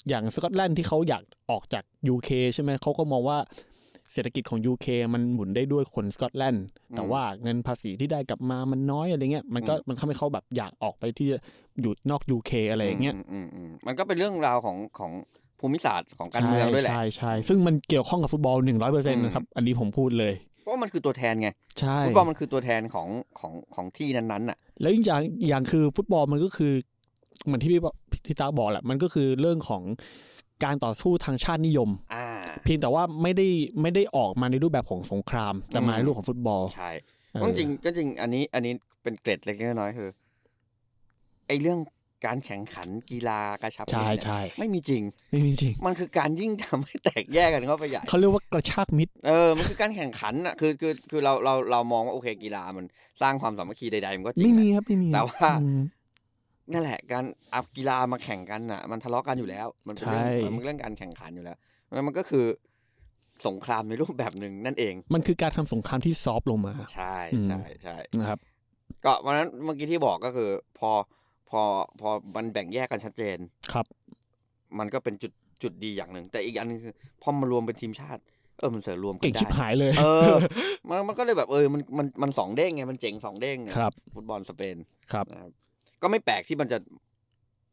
Speaker 4: อย่างสกอตแลนด์ที่เขาอยากออกจาก UK ใช่ไหมเขาก็มองว่าเศรษฐกิจของ UK มันหมุนได้ด้วยคนสกอตแลนด์แต่
Speaker 3: อืม
Speaker 4: ว่าเงินภาษีที่ได้กลับมามันน้อยอะไรเงี้ยมันก็
Speaker 3: อืม
Speaker 4: มันทำให้เขาแบบอยากออกไปที่จะอยู่นอก UK อะไรอย่างเงี้ย
Speaker 3: มมอืมมันก็เป็นเรื่องราวของของภูมิศาสตร์ของการเมืองด้วยแหละ
Speaker 4: ใช่ใช่ใช่ซึ่งมันเกี่ยวข้องกับฟุตบอลหนึ่งร้อยเปอร์เซ็นต์นะครับ อันนี้ผมพูดเลย
Speaker 3: เพราะว่ามันคือตัวแทนไง
Speaker 4: ใช่
Speaker 3: ฟุตบอลมันคือตัวแทนของของของที่นั้นๆน่ะ
Speaker 4: แล้วอีกอย่างอีกอย่างคือฟุตบอลมันก็คือเหมือนที่พี่บอกพี่ตาบอกแหละมันก็คือเรื่องของการต่อสู้ทางชาตินิยม
Speaker 3: อ่า
Speaker 4: เพียงแต่ว่าไม่ได้ไม่ได้ออกมาในรูปแบบของสงคราม แต่มาในรูปของฟุตบอล
Speaker 3: ใช่
Speaker 4: เอ
Speaker 3: ก็
Speaker 4: อ
Speaker 3: จริงก็จริงอันนี้อันนี้เป็นเกร็ดเล็กๆน้อยๆคือไอ้เรื่องการแข่งขันกีฬากระชับ
Speaker 4: ใช่
Speaker 3: มิตรเนี่ย
Speaker 4: ใช่
Speaker 3: ไม่มีจริง
Speaker 4: ไม่มีจริง
Speaker 3: มันคือการยิ่งทำให้แตกแยกกันเข้าไปใหญ่
Speaker 4: เขาเรียกว่ากระชากมิตร
Speaker 3: เออ มันคือการแข่งขันอ่ะ คือคือคือเราเราเรามองว่าโอเคกีฬามันสร้างความสามัคคีใดๆมันก็จริง
Speaker 4: ไม่มี
Speaker 3: นะ
Speaker 4: ครับไม่มี
Speaker 3: แต่ว่า
Speaker 4: อืม
Speaker 3: นั่นแหละการเอากีฬามาแข่งกันน่ะ มันทะเลาะกันอยู่แล้ว มันเป็นเรื่อง
Speaker 4: ใช่
Speaker 3: มันเป็นเรื่องการแข่งขันอยู่แล้วแล้วมันก็คือสงครามในรูปแบบหนึ่งนั่นเอง
Speaker 4: มันคือการทำสงครามที่ซอฟต์ลงมา
Speaker 3: ใช่ใช่ใช่
Speaker 4: นะครับ
Speaker 3: ก็วันนั้นเมื่อกี้ที่บอกก็คือ พอพอพอมันแบ่งแยกกันชัดเจน
Speaker 4: ครับ
Speaker 3: มันก็เป็นจุดจุดดีอย่างหนึ่ง แต่อีกอย่างหนึงคือพอมารวมเป็นทีมชาติ เออมันเสริมรวมกั
Speaker 4: เก่ง
Speaker 3: น
Speaker 4: ชิบ
Speaker 3: ได้
Speaker 4: หายเลย
Speaker 3: เออ มันมันก็เลยแบบเออมันมันมันสองเด้งไงมันเจ๋งสองเด้งไง
Speaker 4: ครับ
Speaker 3: ฟุตบอลสเปน
Speaker 4: ครับ
Speaker 3: นะครับก็ไม่แปลกที่มันจะ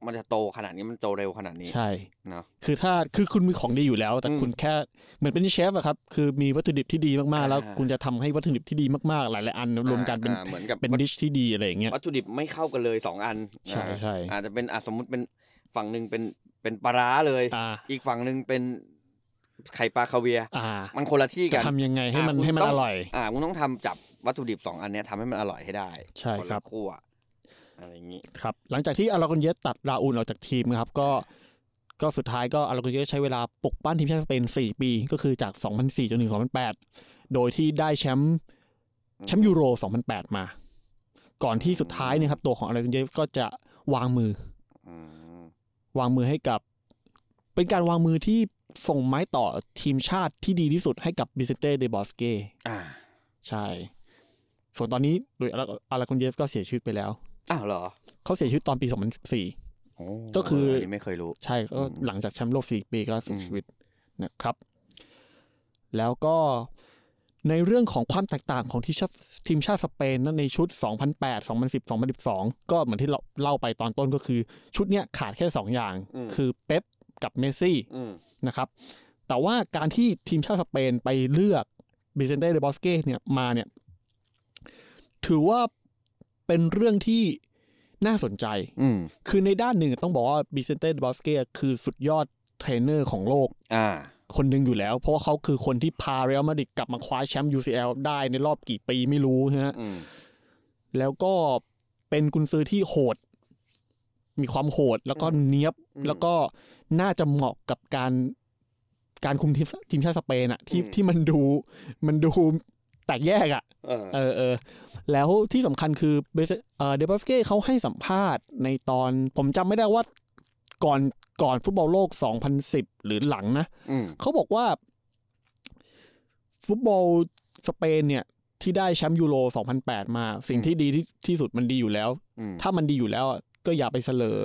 Speaker 3: มันจะโตขนาดนี้มันโตเร็วขนาดนี้
Speaker 4: ใช่
Speaker 3: เนาะ
Speaker 4: คือถ้าคือคุณมีของดีอยู่แล้ว แต่
Speaker 3: อืม
Speaker 4: คุณแค่เหมือนเป็นเชฟอะครับ คือมีวัตถุดิบที่ดีมากๆ แล้ว
Speaker 3: อ่า
Speaker 4: คุณจะทำให้วัตถุดิบที่ดีมากๆ หลายๆอันรวมกันเป็น
Speaker 3: อ่าอ่าเหมือนกับ
Speaker 4: เป็น
Speaker 3: วัต
Speaker 4: ดิชที่ดีอะไรอย่างเงี้ย
Speaker 3: วัตถุดิบไม่เข้ากันเลยสองอัน
Speaker 4: ใช่
Speaker 3: อ่า
Speaker 4: ใช่
Speaker 3: อาจจะเป็นอ่ะสมมุติเป็นฝั่งหนึ่งเป็นเป็นปลาร้าเลย
Speaker 4: อ่า
Speaker 3: อีกฝั่งหนึ่งเป็นไข่ปลาคาเวียร์
Speaker 4: อ่า
Speaker 3: มันคนละที่
Speaker 4: จะ
Speaker 3: กัน
Speaker 4: ทำยังไงให้มัน
Speaker 3: อ่าคุณ
Speaker 4: ให้มัน
Speaker 3: ต้อง
Speaker 4: อร่อย
Speaker 3: อ่าคุณต้องทำจับวัตถุดิบสองอันเนี้ยทำให้มันอร่อยให้ได้
Speaker 4: ใช่ครับ
Speaker 3: นละคั่วอะไรอย่างนี้
Speaker 4: ครับ หลังจากที่อาราโกอนเยสตัดราอูลออกจากทีมครับ ก็ ก็สุดท้ายก็อาราโกอนเยสใช้เวลาปลุกปั้นทีมชาติสเปน4 ปี ก็คือจาก 2004จนถึง2008 โดยที่ได้แชมป์แชมป์ยูโร 2008 มา ก่อนที่สุดท้ายเนยครับตัวของอาราโกอนเยสก็จะวางมือ
Speaker 3: อืม
Speaker 4: วางมือให้กับ เป็นการวางมือที่ส่งไม้ต่อทีมชาติที่ดีที่สุดให้กับบิเซเต้เดบอสเก
Speaker 3: อ่า
Speaker 4: ใช่ ส่วนตอนนี้โดยอาราคอนเยสก็เสียชีวิตไปแล้ว
Speaker 3: อ้าวเหรอ
Speaker 4: เขาเสียชีวิตตอนปี 2014
Speaker 3: โอ้
Speaker 4: ก็คือ
Speaker 3: นนี้ไม่เคยรู้
Speaker 4: ใช่ก็
Speaker 3: อืม
Speaker 4: หลังจากแชมป์โลกสี่ปีก็เสียชีวิตนะครับ แล้วก็ในเรื่องของความแตกต่างของทีมชาติทีมชาติสเปนนั้นในชุด 2008 2010 2012 ก็เหมือนที่เราเล่าไปตอนต้นก็คือชุดเนี้ยขาดแค่สองอย่าง คือเป๊ปกับเมสซี่
Speaker 3: อืม
Speaker 4: นะครับ แต่ว่าการที่ทีมชาติสเปนไปเลือกบิเซนเต้เดบอสเกเนี่ยมาเนี่ย ถือว่าเป็นเรื่องที่น่าสนใจ
Speaker 3: อืม
Speaker 4: คือในด้านหนึ่งต้องบอกว่าบิเซนเต้เดบอสเกคือสุดยอดเทรนเนอร์ของโลก
Speaker 3: อ่า
Speaker 4: คนหนึ่งอยู่แล้ว เพราะว่าเขาคือคนที่พาเรอัลมาดริดกลับมาคว้าแชมป์ UCL ได้ในรอบกี่ปีไม่รู้นะฮะ
Speaker 3: อืม
Speaker 4: แล้วก็เป็นกุนซือที่โหด มีความโหด แล้วก็เนี้ยบ แล้วก็น่าจะเหมาะกับการการคุมทีมทีมชาติสเปนอะที่ที่มันดู มันดูแตกแยกอะ
Speaker 3: เออ
Speaker 4: เออเออแล้วที่สำคัญคือเบสเอ่อเดบัสเก้เขาให้สัมภาษณ์ในตอน ผมจำไม่ได้ว่าก่อนก่อนฟุตบอลโลก 2010 หรือหลังนะ
Speaker 3: อืม
Speaker 4: เขาบอกว่า ฟุตบอล สเปนเนี่ยที่ได้แชมป์ยูโร 2008 มา สิ่งที่ดีที่ที่สุดมันดีอยู่แล้ว
Speaker 3: อืม
Speaker 4: ถ้ามันดีอยู่แล้วอะก็อย่าไปเสลอ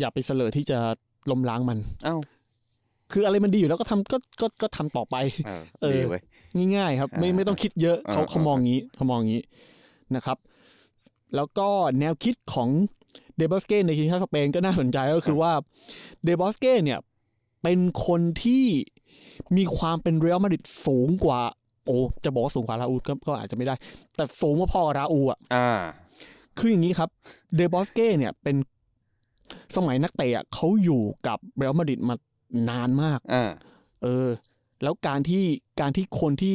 Speaker 4: อย่าไปเสลอที่จะล้มล้างมัน
Speaker 3: เอ้า
Speaker 4: คืออะไรมันดีอยู่แล้วก็ทำก็ก็ก็ทำต่อไป
Speaker 3: [laughs] เออ
Speaker 4: เออ
Speaker 3: ดีเว้ย
Speaker 4: ง่ายๆครับ ไม่
Speaker 3: อ่า
Speaker 4: ไม่ต้องคิดเยอะเขา
Speaker 3: อ่า
Speaker 4: เขามองงี้เขามองงี้นะครับ แล้วก็แนวคิดของเดบอสเก้ในทีมชาติสเปนก็น่าสนใจก็คือว่าเดบอสเก้เนี่ย เป็นคนที่มีความเป็นเรอัลมาดริดสูงกว่า โอ้จะบอกว่าสูงกว่าราอูลก็ก็อาจจะไม่ได้ แต่สูงกว่าพอกับราอูลอ่ะ
Speaker 3: ่า
Speaker 4: คืออย่างนี้ครับ เดบอสเก้เนี่ยเป็นสมัยนักเตะอะเขาอยู่กับเรอัลมาดริดมานานมาก
Speaker 3: อ่า
Speaker 4: เออ แล้วการที่การที่คนที่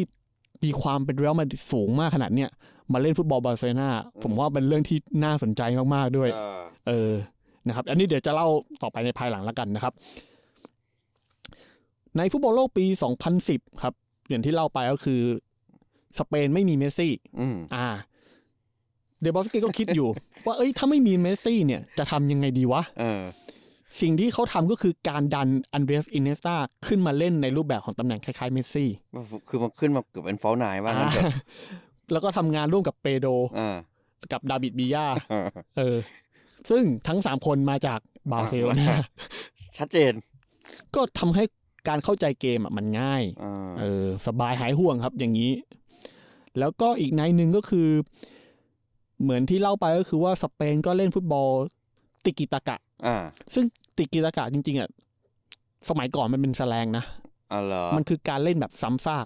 Speaker 4: มีความเป็นเรอัลมาดริดสูงมากขนาดเนี้ยมาเล่นฟุตบอลบาร์เซโลนา
Speaker 3: อืม
Speaker 4: ผมว่าเป็นเรื่องที่น่าสนใจมาก ๆ ด้วย
Speaker 3: เออ
Speaker 4: เออ นะครับ อันนี้เดี๋ยวจะเล่าต่อไปในภายหลังแล้วกันนะครับ ในฟุตบอลโลกปี 2010 ครับอย่างที่เล่าไปก็คือ สเปนไม่มีเมสซี่
Speaker 3: อืม
Speaker 4: อ่า เดบอสกี้ก็คิดอยู่ ว่าเอ้ยถ้าไม่มีเมสซี่เนี่ยจะทำยังไงดีวะ
Speaker 3: เออ
Speaker 4: สิ่งที่เขาทำก็คือการดันอันเดรสอินเนสตาขึ้นมาเล่นในรูปแบบของตำแหน่งคล้ายๆเมสซี่
Speaker 3: คือมันขึ้นมาเกือบเป็นฟอลนายว่างั้นเถอะ
Speaker 4: อ่าแล้วก็ทำงานร่วมกับเปโดร
Speaker 3: อ่า
Speaker 4: กับดาบิดบียา
Speaker 3: เออ
Speaker 4: เออ ซึ่งทั้งสามคนมาจากบาร์เซโลนา
Speaker 3: อ่า ชัดเจน
Speaker 4: ก็ทำให้การเข้าใจเกมอะมันง่าย
Speaker 3: อ่า
Speaker 4: เออ สบายหายห่วงครับอย่างนี้ แล้วก็อีกในหนึ่งก็คือ เหมือนที่เล่าไปก็คือว่าสเปนก็เล่นฟุตบอลติกิตากะ
Speaker 3: อ่า
Speaker 4: ซึ่งติกิตากะจริงๆอ่ะสมัยก่อนมันเป็นแสแลงนะ
Speaker 3: อ่าเหรอ
Speaker 4: มันคือการเล่นแบบซ้ำซาก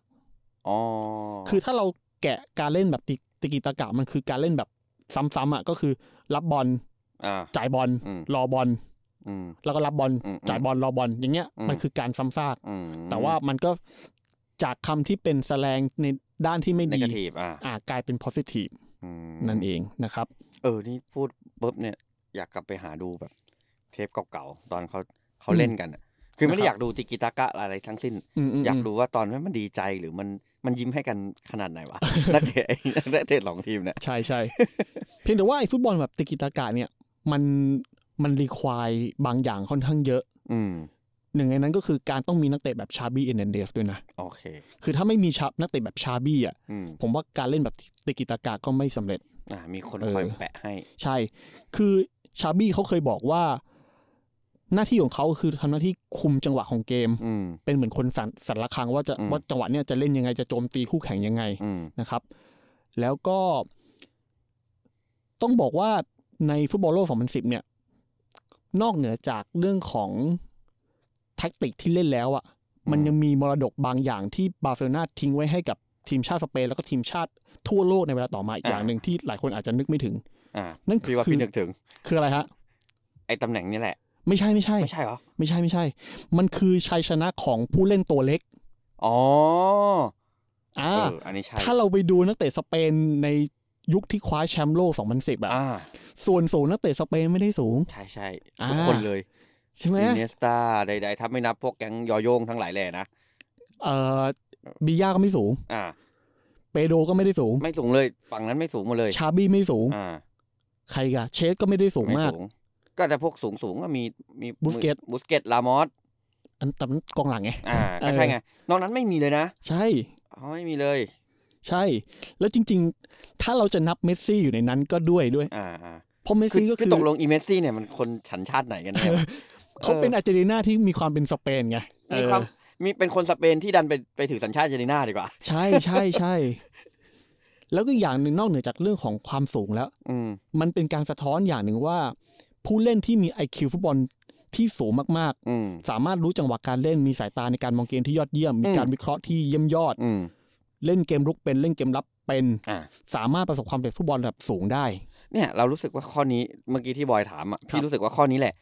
Speaker 3: อ๋อ
Speaker 4: คือถ้าเราแกะการเล่นแบบติติกิตากะมันคือการเล่นแบบซ้ำๆอ่ะก็คือ รับบอล
Speaker 3: อ่า
Speaker 4: จ่ายบอล
Speaker 3: อืม
Speaker 4: รอบอล
Speaker 3: อืม
Speaker 4: แล้วก็รับบอล
Speaker 3: อืม
Speaker 4: จ่ายบอลรอบอลอย่างเงี้ย
Speaker 3: อืม
Speaker 4: มันคือการซ้ำซาก
Speaker 3: อืม
Speaker 4: แต่ว่ามันก็จากคำที่เป็นแสแลงในด้านที่ไม่
Speaker 3: ใน
Speaker 4: ดี
Speaker 3: กระถีบอ่า
Speaker 4: อ่ากลายเป็น positive
Speaker 3: อืม
Speaker 4: นั่นเองนะครับ
Speaker 3: เออ นี่พูดปุ๊บเนี่ย อยากกลับไปหาดูแบบ เทปเก่าๆ ตอนเขาเขาเล่นกันอะคือไม่ได้
Speaker 4: นะครับ
Speaker 3: อยากดูติกิตากะอะไรทั้งสิ้น
Speaker 4: อืมๆๆ
Speaker 3: อยากดูว่าตอนนั้นมันดีใจหรือมันมันยิ้มให้กันขนาดไหน
Speaker 4: [laughs]
Speaker 3: วะ นักเตะนักเตะสองทีมเนี่ย
Speaker 4: ใช่ใช่ [laughs] เพียงแต่ว่าไอ้ฟุตบอลแบบติกิตากะเนี่ย มันมันรีควายบางอย่างค่อนข้างเยอะ
Speaker 3: อืม
Speaker 4: หนึ่งในนั้นก็คือการต้องมีนักเตะแบบชาบี้เอเนเดสด้วยนะ
Speaker 3: โอเค
Speaker 4: คือถ้าไม่มีชานักเตะแบบชาบี้อ่ะ
Speaker 3: อืม
Speaker 4: ผมว่าการเล่นแบบติกิตากะก็ไม่สำเร็จ
Speaker 3: อ่า มีคน
Speaker 4: เออ
Speaker 3: คอยแปะให้
Speaker 4: ใช่ คือชาบี้เขาเคยบอกว่า หน้าที่ของเขาคือทำหน้าที่คุมจังหวะของเกม
Speaker 3: อืม
Speaker 4: เป็นเหมือนคนสันสันระคังว่าจะ
Speaker 3: อืม
Speaker 4: ว่าจังหวะเนี้ยจะเล่นยังไงจะโจมตีคู่แข่งยังไง
Speaker 3: อืม
Speaker 4: นะครับ แล้วก็ต้องบอกว่าในฟุตบอลโลก 2010 เนี่ย นอกเหนือจากเรื่องของแท็กติกที่เล่นแล้วอะ่ะ
Speaker 3: ม
Speaker 4: มันยังมีมรดกบางอย่างที่บาร์เซโลนาทิ้งไว้ให้กับทีมชาติสเปนแล้วก็ทีมชาติทั่วโลกในเวลาต่อมาอีกอย่างหนึ่งที่หลายคนอาจจะนึกไม่ถึง
Speaker 3: อ่า
Speaker 4: นั่น
Speaker 3: พี่ว่า
Speaker 4: คื
Speaker 3: พี่
Speaker 4: อ
Speaker 3: นึกถึง
Speaker 4: คืออะไรฮะ
Speaker 3: ไอ้ตำแหน่งนี่แหละ
Speaker 4: ไม่ใช่ไม่ใช่
Speaker 3: ไม่ใช่เหรอ
Speaker 4: ไม่ใช่ไม่ใช่ มันคือชัยชนะของผู้เล่นตัวเล็ก
Speaker 3: อ๋อ
Speaker 4: อ่า
Speaker 3: เออ อันนี้ใช่
Speaker 4: ถ้าเราไปดูนักเตะสเปนในยุคที่คว้าแชมป์โลก 2010แบบ
Speaker 3: อ่า
Speaker 4: ส่วนสูงนักเตะสเปนไม่ได้สูง
Speaker 3: ใช่ใช่
Speaker 4: อ่า
Speaker 3: ทุกคนเลย
Speaker 4: ใช่ไหม
Speaker 3: อินเนยสตาใดๆถ้าไม่นับพวกแก๊งยอโยงทั้งหลายแหล่นะ
Speaker 4: เอ่อบิย่าก็ไม่สูง
Speaker 3: อ่า
Speaker 4: เปโดรก็ไม่ได้สูง
Speaker 3: ไม่สูงเลย ฝั่งนั้นไม่สูงหมาเลย
Speaker 4: ชาบี้ไม่สูง
Speaker 3: อ่า
Speaker 4: ใครกะเชสก็ไม่ได้สูง
Speaker 3: ไ
Speaker 4: มาก
Speaker 3: ก็จะพวกสูงสูงๆก็มี มี
Speaker 4: Busquets
Speaker 3: บุสเกต ลามอส
Speaker 4: อันแต่มันกองหลังไง
Speaker 3: อ่า ก็ใช่ไง นอกนั้นไม่มีเลยนะ
Speaker 4: ใช่
Speaker 3: อ๋อไม่มีเลย
Speaker 4: ใช่ แล้วจริง ๆ ถ้าเราจะนับเมสซี่อยู่ในนั้นก็ด้วยด้วย
Speaker 3: อ่าอ่า
Speaker 4: เพราะเมส
Speaker 3: คือ
Speaker 4: ซี่ก็
Speaker 3: คื
Speaker 4: คือ อ
Speaker 3: ตกลงอีเมสซี่เนี่ยมันคนสัญชาติไหนกันแน่วะ
Speaker 4: เขาเป็นอาร์เจนตินาที่มีความเป็นสเปนไง
Speaker 3: เออมีความ
Speaker 4: เออ
Speaker 3: มีเป็นคนสเปนที่ดันไปไปถือสัญชาติเจนีน่าดีกว่า
Speaker 4: ใช่ใช่ใช่ แล้วก็อีกอย่างหนึ่งนอกเหนือจากเรื่องของความสูงแล้ว
Speaker 3: อืม
Speaker 4: มันเป็นการสะท้อนอย่างหนึ่งว่า ผู้เล่นที่มี IQ ฟุตบอลที่สูงมาก
Speaker 3: อืม
Speaker 4: ๆ สามารถรู้จังหวะการเล่นมีสายตาในการมองเกมที่ยอดเยี่ยม มี
Speaker 3: อืม
Speaker 4: การวิเคราะห์ที่เยี่ยมยอด
Speaker 3: อืม
Speaker 4: เล่นเกมรุกเป็นเล่นเกมรับเป็น
Speaker 3: อ่า
Speaker 4: สามารถประสบความสำเร็จฟุตบอลระดับสูงได้
Speaker 3: เนี่ยเรารู้สึกว่าข้อนี้เมื่อกี้ที่บอยถามอ่ะ
Speaker 4: ครั
Speaker 3: พี่
Speaker 4: บ
Speaker 3: รู้สึกว่าข้อนี้แหละ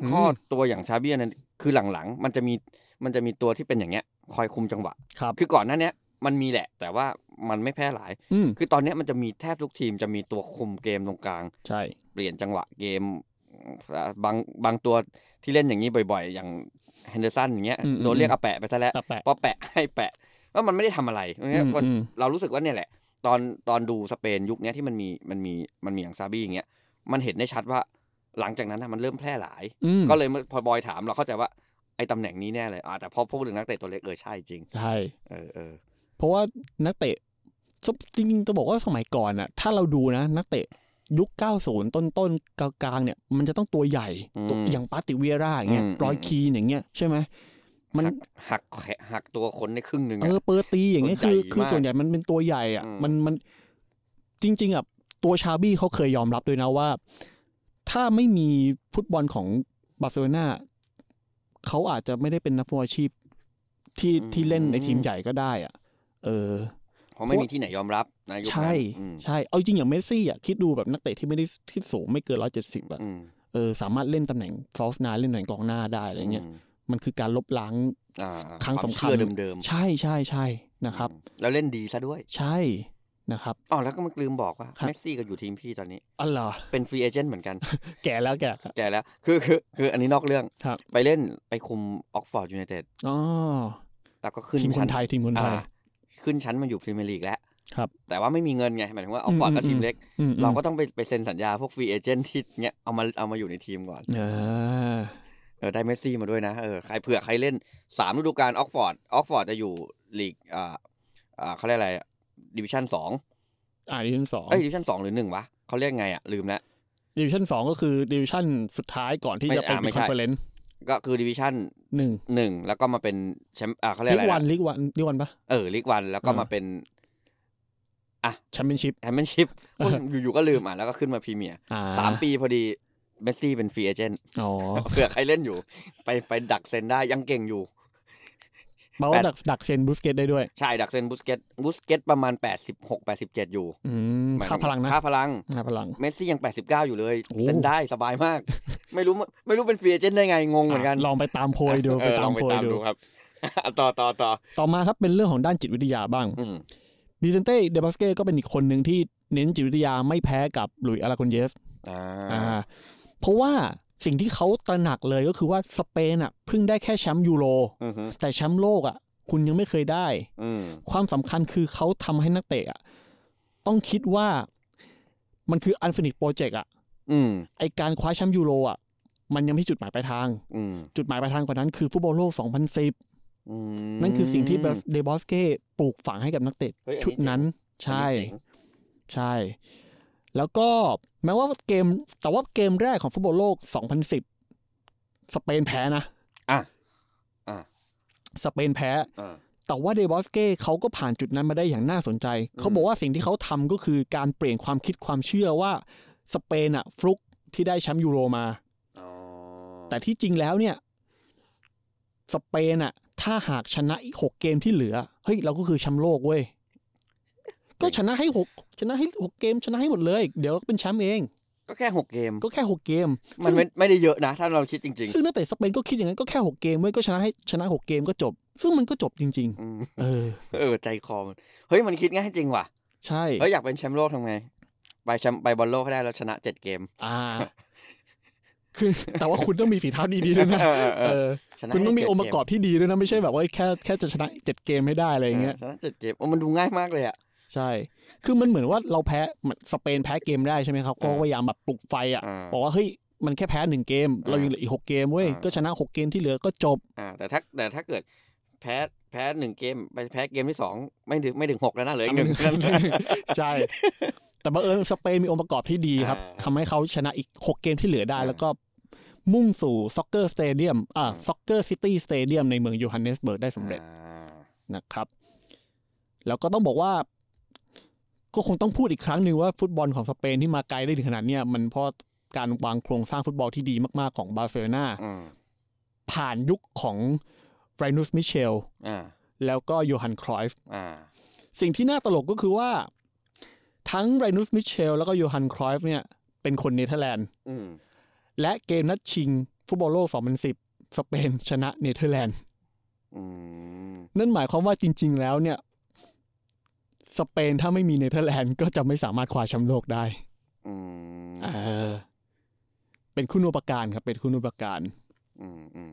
Speaker 4: อืม
Speaker 3: ข้อตัวอย่างชาเบียนั้นคือหลังๆ มันจะมีมันจะมีตัวที่เป็นอย่างเงี้ย คอยคุมจังหวะ
Speaker 4: ครับ
Speaker 3: คือก่อนหน้าเนี้ยมันมีแหละ แต่ว่ามันไม่แพร่หลาย
Speaker 4: อืม
Speaker 3: คือตอนเนี้ยมันจะมีแทบทุกทีมจะมีตัวคุมเกมตรงกลาง
Speaker 4: ใช่
Speaker 3: เปลี่ยนจังหวะเกมอ่าบางบางตัวที่เล่นอย่างนี้บ่อยๆ อย่างเฮนเดอร์สันอย่างเงี้ยโดนเรียกอาแปะไปซะแล้ว
Speaker 4: แต่แปลก
Speaker 3: พอแปะให้แปะว่ามันไม่ได้ทำอะไรเพราะ
Speaker 4: อื
Speaker 3: งั้
Speaker 4: ม
Speaker 3: นวัน
Speaker 4: อืม
Speaker 3: เรารู้สึกว่าเนี่ยแหละ ตอนตอนดูสเปนยุคเนี้ยที่มันมีมันมีมันมีอย่างซาบี้อย่างเงี้ยมันเห็นได้ชัดว่าหลังจากนั้นนะมันเริ่มแพร่หลาย
Speaker 4: อืม
Speaker 3: ก็เลยพอบอยถามเราเข้าใจว่าไอ้ตำแหน่งนี้แน่เลยอ่าแต่พอพูดถึงนักเตะตัวเล็กเออใช่จริง
Speaker 4: ใช่
Speaker 3: เออเออ
Speaker 4: ผ ราะว่านักเตะจริงๆจะบอกว่าสมัยก่อนอะถ้าเราดูนะ นักเตะยุค 90 ต้นต้นๆกลางๆเนี่ย มันจะต้องตัวใหญ่ตัว
Speaker 3: อืม
Speaker 4: อย่างปาติเวียร่าอย่างเงี้ย
Speaker 3: อืม
Speaker 4: รอยคีนอย่างเงี้ยใช่ไหมมัน
Speaker 3: หักหักแขนหักตัวคนในครึ่งหนึ่ง
Speaker 4: เอ
Speaker 3: อะ
Speaker 4: อเปอร์ตีอย่างเงี้ยคือ
Speaker 3: ตัวใหญ่
Speaker 4: คือ
Speaker 3: มาก
Speaker 4: ส่วนใหญ่มันเป็นตัวใหญ่อ่ะ
Speaker 3: อืม
Speaker 4: มันมันจริง ๆอ่ะตัวชาบี้เขาเคยยอมรับด้วยนะว่า ถ้าไม่มีฟุตบอลของบาร์เซโลนาเขาอาจจะไม่ได้เป็นนักฟุตบอลอาชีพที่ที่เล่นในทีมใหญ่ก็ได้อ่ะ เออ
Speaker 3: เพราะไม่มีที่ไหนยอมรับนะยุคนั้น
Speaker 4: ใช่
Speaker 3: อืม
Speaker 4: ใช่ เอาจริงอย่างเมสซี่อ่ะคิดดูแบบนักเตะที่ไม่ได้ที่สูงไม่เกินร้อยเจ็ดสิบอ่ะ
Speaker 3: อืม
Speaker 4: เออสามารถเล่นตำแหน่งฟอลส์นาเล่นตำแหน่งกองหน้าได้อะไรเงี้ย
Speaker 3: ม
Speaker 4: มันคือการลบล้าง
Speaker 3: อ่า
Speaker 4: ครั้งสำคัญ
Speaker 3: วามเชื่อเดิม
Speaker 4: ใช่ใช่ใช่
Speaker 3: ๆ
Speaker 4: นะครับ
Speaker 3: อืมแล้วเล่นดีซะด้วย
Speaker 4: ใช่นะครับ
Speaker 3: อ๋อแล้วก็มันลืมบอกว่า
Speaker 4: ครับ
Speaker 3: เมสซี่ก็อยู่ทีมพี่ตอนนี้
Speaker 4: อ๋อเหรอ
Speaker 3: เป็นฟรีเอเจนต์เหมือนกัน
Speaker 4: แก่แล้วแก่แล้ว
Speaker 3: แก่แล้ว คือคือคืออันนี้นอกเรื่อง
Speaker 4: ครับ
Speaker 3: ไปเล่นไปคุมออกฟอร์ดยูไนเต็ด
Speaker 4: อ๋อ
Speaker 3: แล้วก็ขึ้น
Speaker 4: ทีมคน
Speaker 3: ชั้
Speaker 4: ไทยทีมคนไท
Speaker 3: อ่าย ขึ้นชั้นมาอยู่พรีเมียร์ลีกแล้ว
Speaker 4: ครับ
Speaker 3: แต่ว่าไม่มีเงินไงหมายถึงว่าออกฟอร์ด
Speaker 4: อืม
Speaker 3: ก็ทีม
Speaker 4: อืม
Speaker 3: เล็ก
Speaker 4: อืม
Speaker 3: เราก็ต้องไปไปเซ็นสัญญาพวกฟรีเอเจนต์ที่เนี้ยเอามาเอามาอยู่ในทีมก่อน
Speaker 4: เออ
Speaker 3: เออได้เมสซี่มาด้วยนะเออใครเผื่อใครเล่นสามฤดูกาลออกฟอร์ดออกฟอร์ดจะอยู่ลีกอ่าอ่าเขาเรียกอะไรดิวิชั่นสอง
Speaker 4: อ่าดิวิชั่นสอง
Speaker 3: เอ้ยดิวิชั่นสองหรือหนึ่งวะเขาเรียกไงอ่ะ ลืมแล้ว
Speaker 4: ดิวิชั่นสองก็คือดิวิชั่นสุดท้ายก่อนที่
Speaker 3: ไม่
Speaker 4: จะไป
Speaker 3: อ่าไม่
Speaker 4: เป็น
Speaker 3: ใช่
Speaker 4: คอนเฟอเรนซ์
Speaker 3: ก็คือดิวิชั่น
Speaker 4: หนึ่ง
Speaker 3: หนึ่งแล้วก็มาเป็นแชมป์อ่าเขาเรียก
Speaker 4: ลิ
Speaker 3: อะไร
Speaker 4: กวัน
Speaker 3: นะ
Speaker 4: ลิกวันลิกวันปะ
Speaker 3: เออลีกวันแล้วก็
Speaker 4: อ่าม
Speaker 3: มาเป็น
Speaker 4: แชมเปี้ยนชิพ
Speaker 3: แชมเปี้ยนชิพ [laughs]
Speaker 4: เออ
Speaker 3: อยู่ๆก็ลืมอ่ะแล้วก็ขึ้นมาพรีเมียร์
Speaker 4: อ่า
Speaker 3: สามปีพอดีเมสซี่เป็นฟรีเอเจนต์
Speaker 4: อ๋อ
Speaker 3: เผื่อใครเล่น [laughs] อยู่ ไปไปดักเซนได้ยังเก่งอยู่
Speaker 4: แปลว่าดักดักเซนบุสเกตได้ด้วย
Speaker 3: ใช่ดักเซนบุสเกตบุสเกตประมาณแปดสิบหกแปดสิบเจ็ดอยู่
Speaker 4: อืม
Speaker 3: หมยถึ
Speaker 4: ค่าพลังนะ
Speaker 3: ค่าพลัง
Speaker 4: ค่าพลัง
Speaker 3: เมสซี่ยัง 89 อยู่เลย
Speaker 4: โอ้
Speaker 3: เซ็นได้สบายมาก [laughs] ไม่รู้ไม่รู้เป็นฟรีเอเจนต์ได้ไง งงเหมือนกัน
Speaker 4: อ่ะลองไปตามโพยดู
Speaker 3: เอ
Speaker 4: ไป
Speaker 3: อ
Speaker 4: ตา
Speaker 3: ลอ
Speaker 4: ม
Speaker 3: ง
Speaker 4: โพยดู
Speaker 3: ครับ [laughs] อ่ะต่อต่อต่อ
Speaker 4: ต่อมาครับเป็นเรื่องของด้านจิตวิทยาบ้าง
Speaker 3: อืม
Speaker 4: ดิเซนเต้เดบัสเก้ก็เป็นอีกคนหนึ่งที่เน้นจิตวิทยาไม่แพ้กับหลุยส์อาราคอนเยส
Speaker 3: อ่า
Speaker 4: อ่าเพราะว่าสิ่งที่เขาตระหนักเลยก็คือว่าสเปนอ่ะเพิ่งได้แค่แชมป์ยูโร
Speaker 3: อือฮึ
Speaker 4: แต่แชมป์โลกอ่ะ คุณยังไม่เคยได้
Speaker 3: อืม
Speaker 4: ความสำคัญคือเขาทำให้นักเตะอ่ะต้องคิดว่ามันคืออันฟินิ p โปรเจกต์อ่ะ
Speaker 3: อืม
Speaker 4: ไอการคว้าแชมป์ยูโรอ่ะมันยังไม่ใช่จุดหมายปลายทาง
Speaker 3: อืม
Speaker 4: จุดหมายปลายทางกว่านั้นคือฟุตบอลโลก 2010
Speaker 3: อืม
Speaker 4: นั่นคือสิ่งที่เดบอสเก้ปลูกฝังให้กับนักเตะ
Speaker 3: เฮ้ยอั
Speaker 4: ชุดนั้น
Speaker 3: เจ๋ง
Speaker 4: ใช่
Speaker 3: อันนี้เจ๋ง
Speaker 4: ใช่ แล้วก็แม้ว่าเกมแต่ว่าเกมแรกของฟุตบอลโลก 2010 สเปนแพ้นะ
Speaker 3: อ่ะอ่ะ
Speaker 4: สเปนแพ้
Speaker 3: อ่ะ
Speaker 4: แต่ว่าเดบอสเก้เขาก็ผ่านจุดนั้นมาได้อย่างน่าสนใจ เขาบอกว่าสิ่งที่เขาทำก็คือการเปลี่ยนความคิดความเชื่อว่าสเปนอะฟลุกที่ได้แชมป์ยูโรมา
Speaker 3: อ๋อ
Speaker 4: แต่ที่จริงแล้วเนี่ย สเปนอะถ้าหากชนะอีกหกเกมที่เหลือ เฮ้ย เราก็คือแชมป์โลกเว้ย ก็ชนะให้หกชนะให้หกเกมชนะให้หมดเลย เดี๋ยวเป็นแชมป์เอง
Speaker 3: ก็แค่ 6 เกม
Speaker 4: ก็แค่ 6 เกม
Speaker 3: มันไม่ไม่ได้เยอะนะ ถ้าเราคิดจริ
Speaker 4: ซึ่
Speaker 3: ง
Speaker 4: งซึ่งนักเตะสเปนก็คิดอย่างนั้นก็แค่ 6 เกมเว้ยก็ชนะให้ชนะ 6 เกมก็จบ ซึ่งมันก็จบจริง
Speaker 3: ๆอืม [laughs]
Speaker 4: ๆ เออ
Speaker 3: เออใจคอมันเฮ้ยมันคิดง่ายจริงว่ะ
Speaker 4: ใช่
Speaker 3: เฮ้ยอยากเป็นแชมป์โลกทำไงไปแชมป์ไปบอลโลกให้ได้แล้วชนะเจ็ดเกม
Speaker 4: อ่า คือ แต่ว่าคุณต้องมีฝีเท้าดีๆด้วยนะ
Speaker 3: เออเออเอ
Speaker 4: เอ
Speaker 3: อ
Speaker 4: อ
Speaker 3: ชนะ
Speaker 4: คุณต้องมี
Speaker 3: ให้เจ็ด
Speaker 4: องค์ประกอบที่ดีด้วยนะ ไม่ใช่แบบว่าแค่แค่จะชนะเจ็ดเกมให้ได้อะไรอย่างเงี้ย
Speaker 3: ชนะเจ็ดเกมโอ้มันดูง่ายมากเลยอ่ะ
Speaker 4: ใช่ คือมันเหมือนว่าเราแพ้สเปนแพ้เกมได้ใช่ไหมครับก็
Speaker 3: อ่า
Speaker 4: พยายามแบบปลุกไฟอ่ะ
Speaker 3: อ่า
Speaker 4: บอกว่าเฮ้ยมันแค่แพ้หนึ่งเกม เรายังเหลืออีกหกเกมเว้ย
Speaker 3: อ่า
Speaker 4: ก็ชนะหกเกมที่เหลือก็จบ
Speaker 3: อ่าแต่ถ้าแต่ถ้าเกิดแพ้แพ้หนึ่งเกมไปแพ้เกมที่สองไม่ถึงไม่ถึงหกแล้วนะเหลืออีกหนึ่งนั่น
Speaker 4: [laughs] ใช่ แต่บังเอิญสเปนมีองค์ประกอบที่ดีครับ
Speaker 3: อ่า
Speaker 4: ทำให้เขาชนะอีก 6 เกมที่เหลือได้
Speaker 3: อ่า
Speaker 4: แล้วก็มุ่งสู่ซ็อกเกอร์สเตเดียมอ่า
Speaker 3: อืม
Speaker 4: ซ็อกเกอร์ซิตี้สเตเดียมในเมืองยูฮันเนสเบิร์กได้สำเร็จ
Speaker 3: อ่า
Speaker 4: นะครับ แล้วก็ต้องบอกว่า ก็คงต้องพูดอีกครั้งหนึ่งว่าฟุตบอลของสเปนที่มาไกลได้ถึงขนาดเนี้ยมันเพราะการวางโครงสร้างฟุตบอลที่ดีมากๆของบาร์เซโลนา
Speaker 3: อืม
Speaker 4: ผ่านยุคของไบรนุสมิเชล
Speaker 3: อ่า
Speaker 4: แล้วก็โยฮันครอยฟ
Speaker 3: อ่า
Speaker 4: สิ่งที่น่าตลกก็คือว่า ทั้งไรนุสมิเชลแล้วก็โยฮันครอยฟ์เนี่ย เป็นคนเนเธอร์แลนด์
Speaker 3: อืม
Speaker 4: และเกมนัดชิงฟุตบอลโลก 2010 สเปนชนะเนเธอร์แลนด์
Speaker 3: อืม
Speaker 4: นั่นหมายความว่าจริง ๆ แล้วเนี่ย สเปนถ้าไม่มีเนเธอร์แลนด์ก็จะไม่สามารถคว้าแชมป์โลกได้
Speaker 3: อืม
Speaker 4: เออเป็นคุณูปการครับ เป็นคุณูปการ
Speaker 3: อืมอืม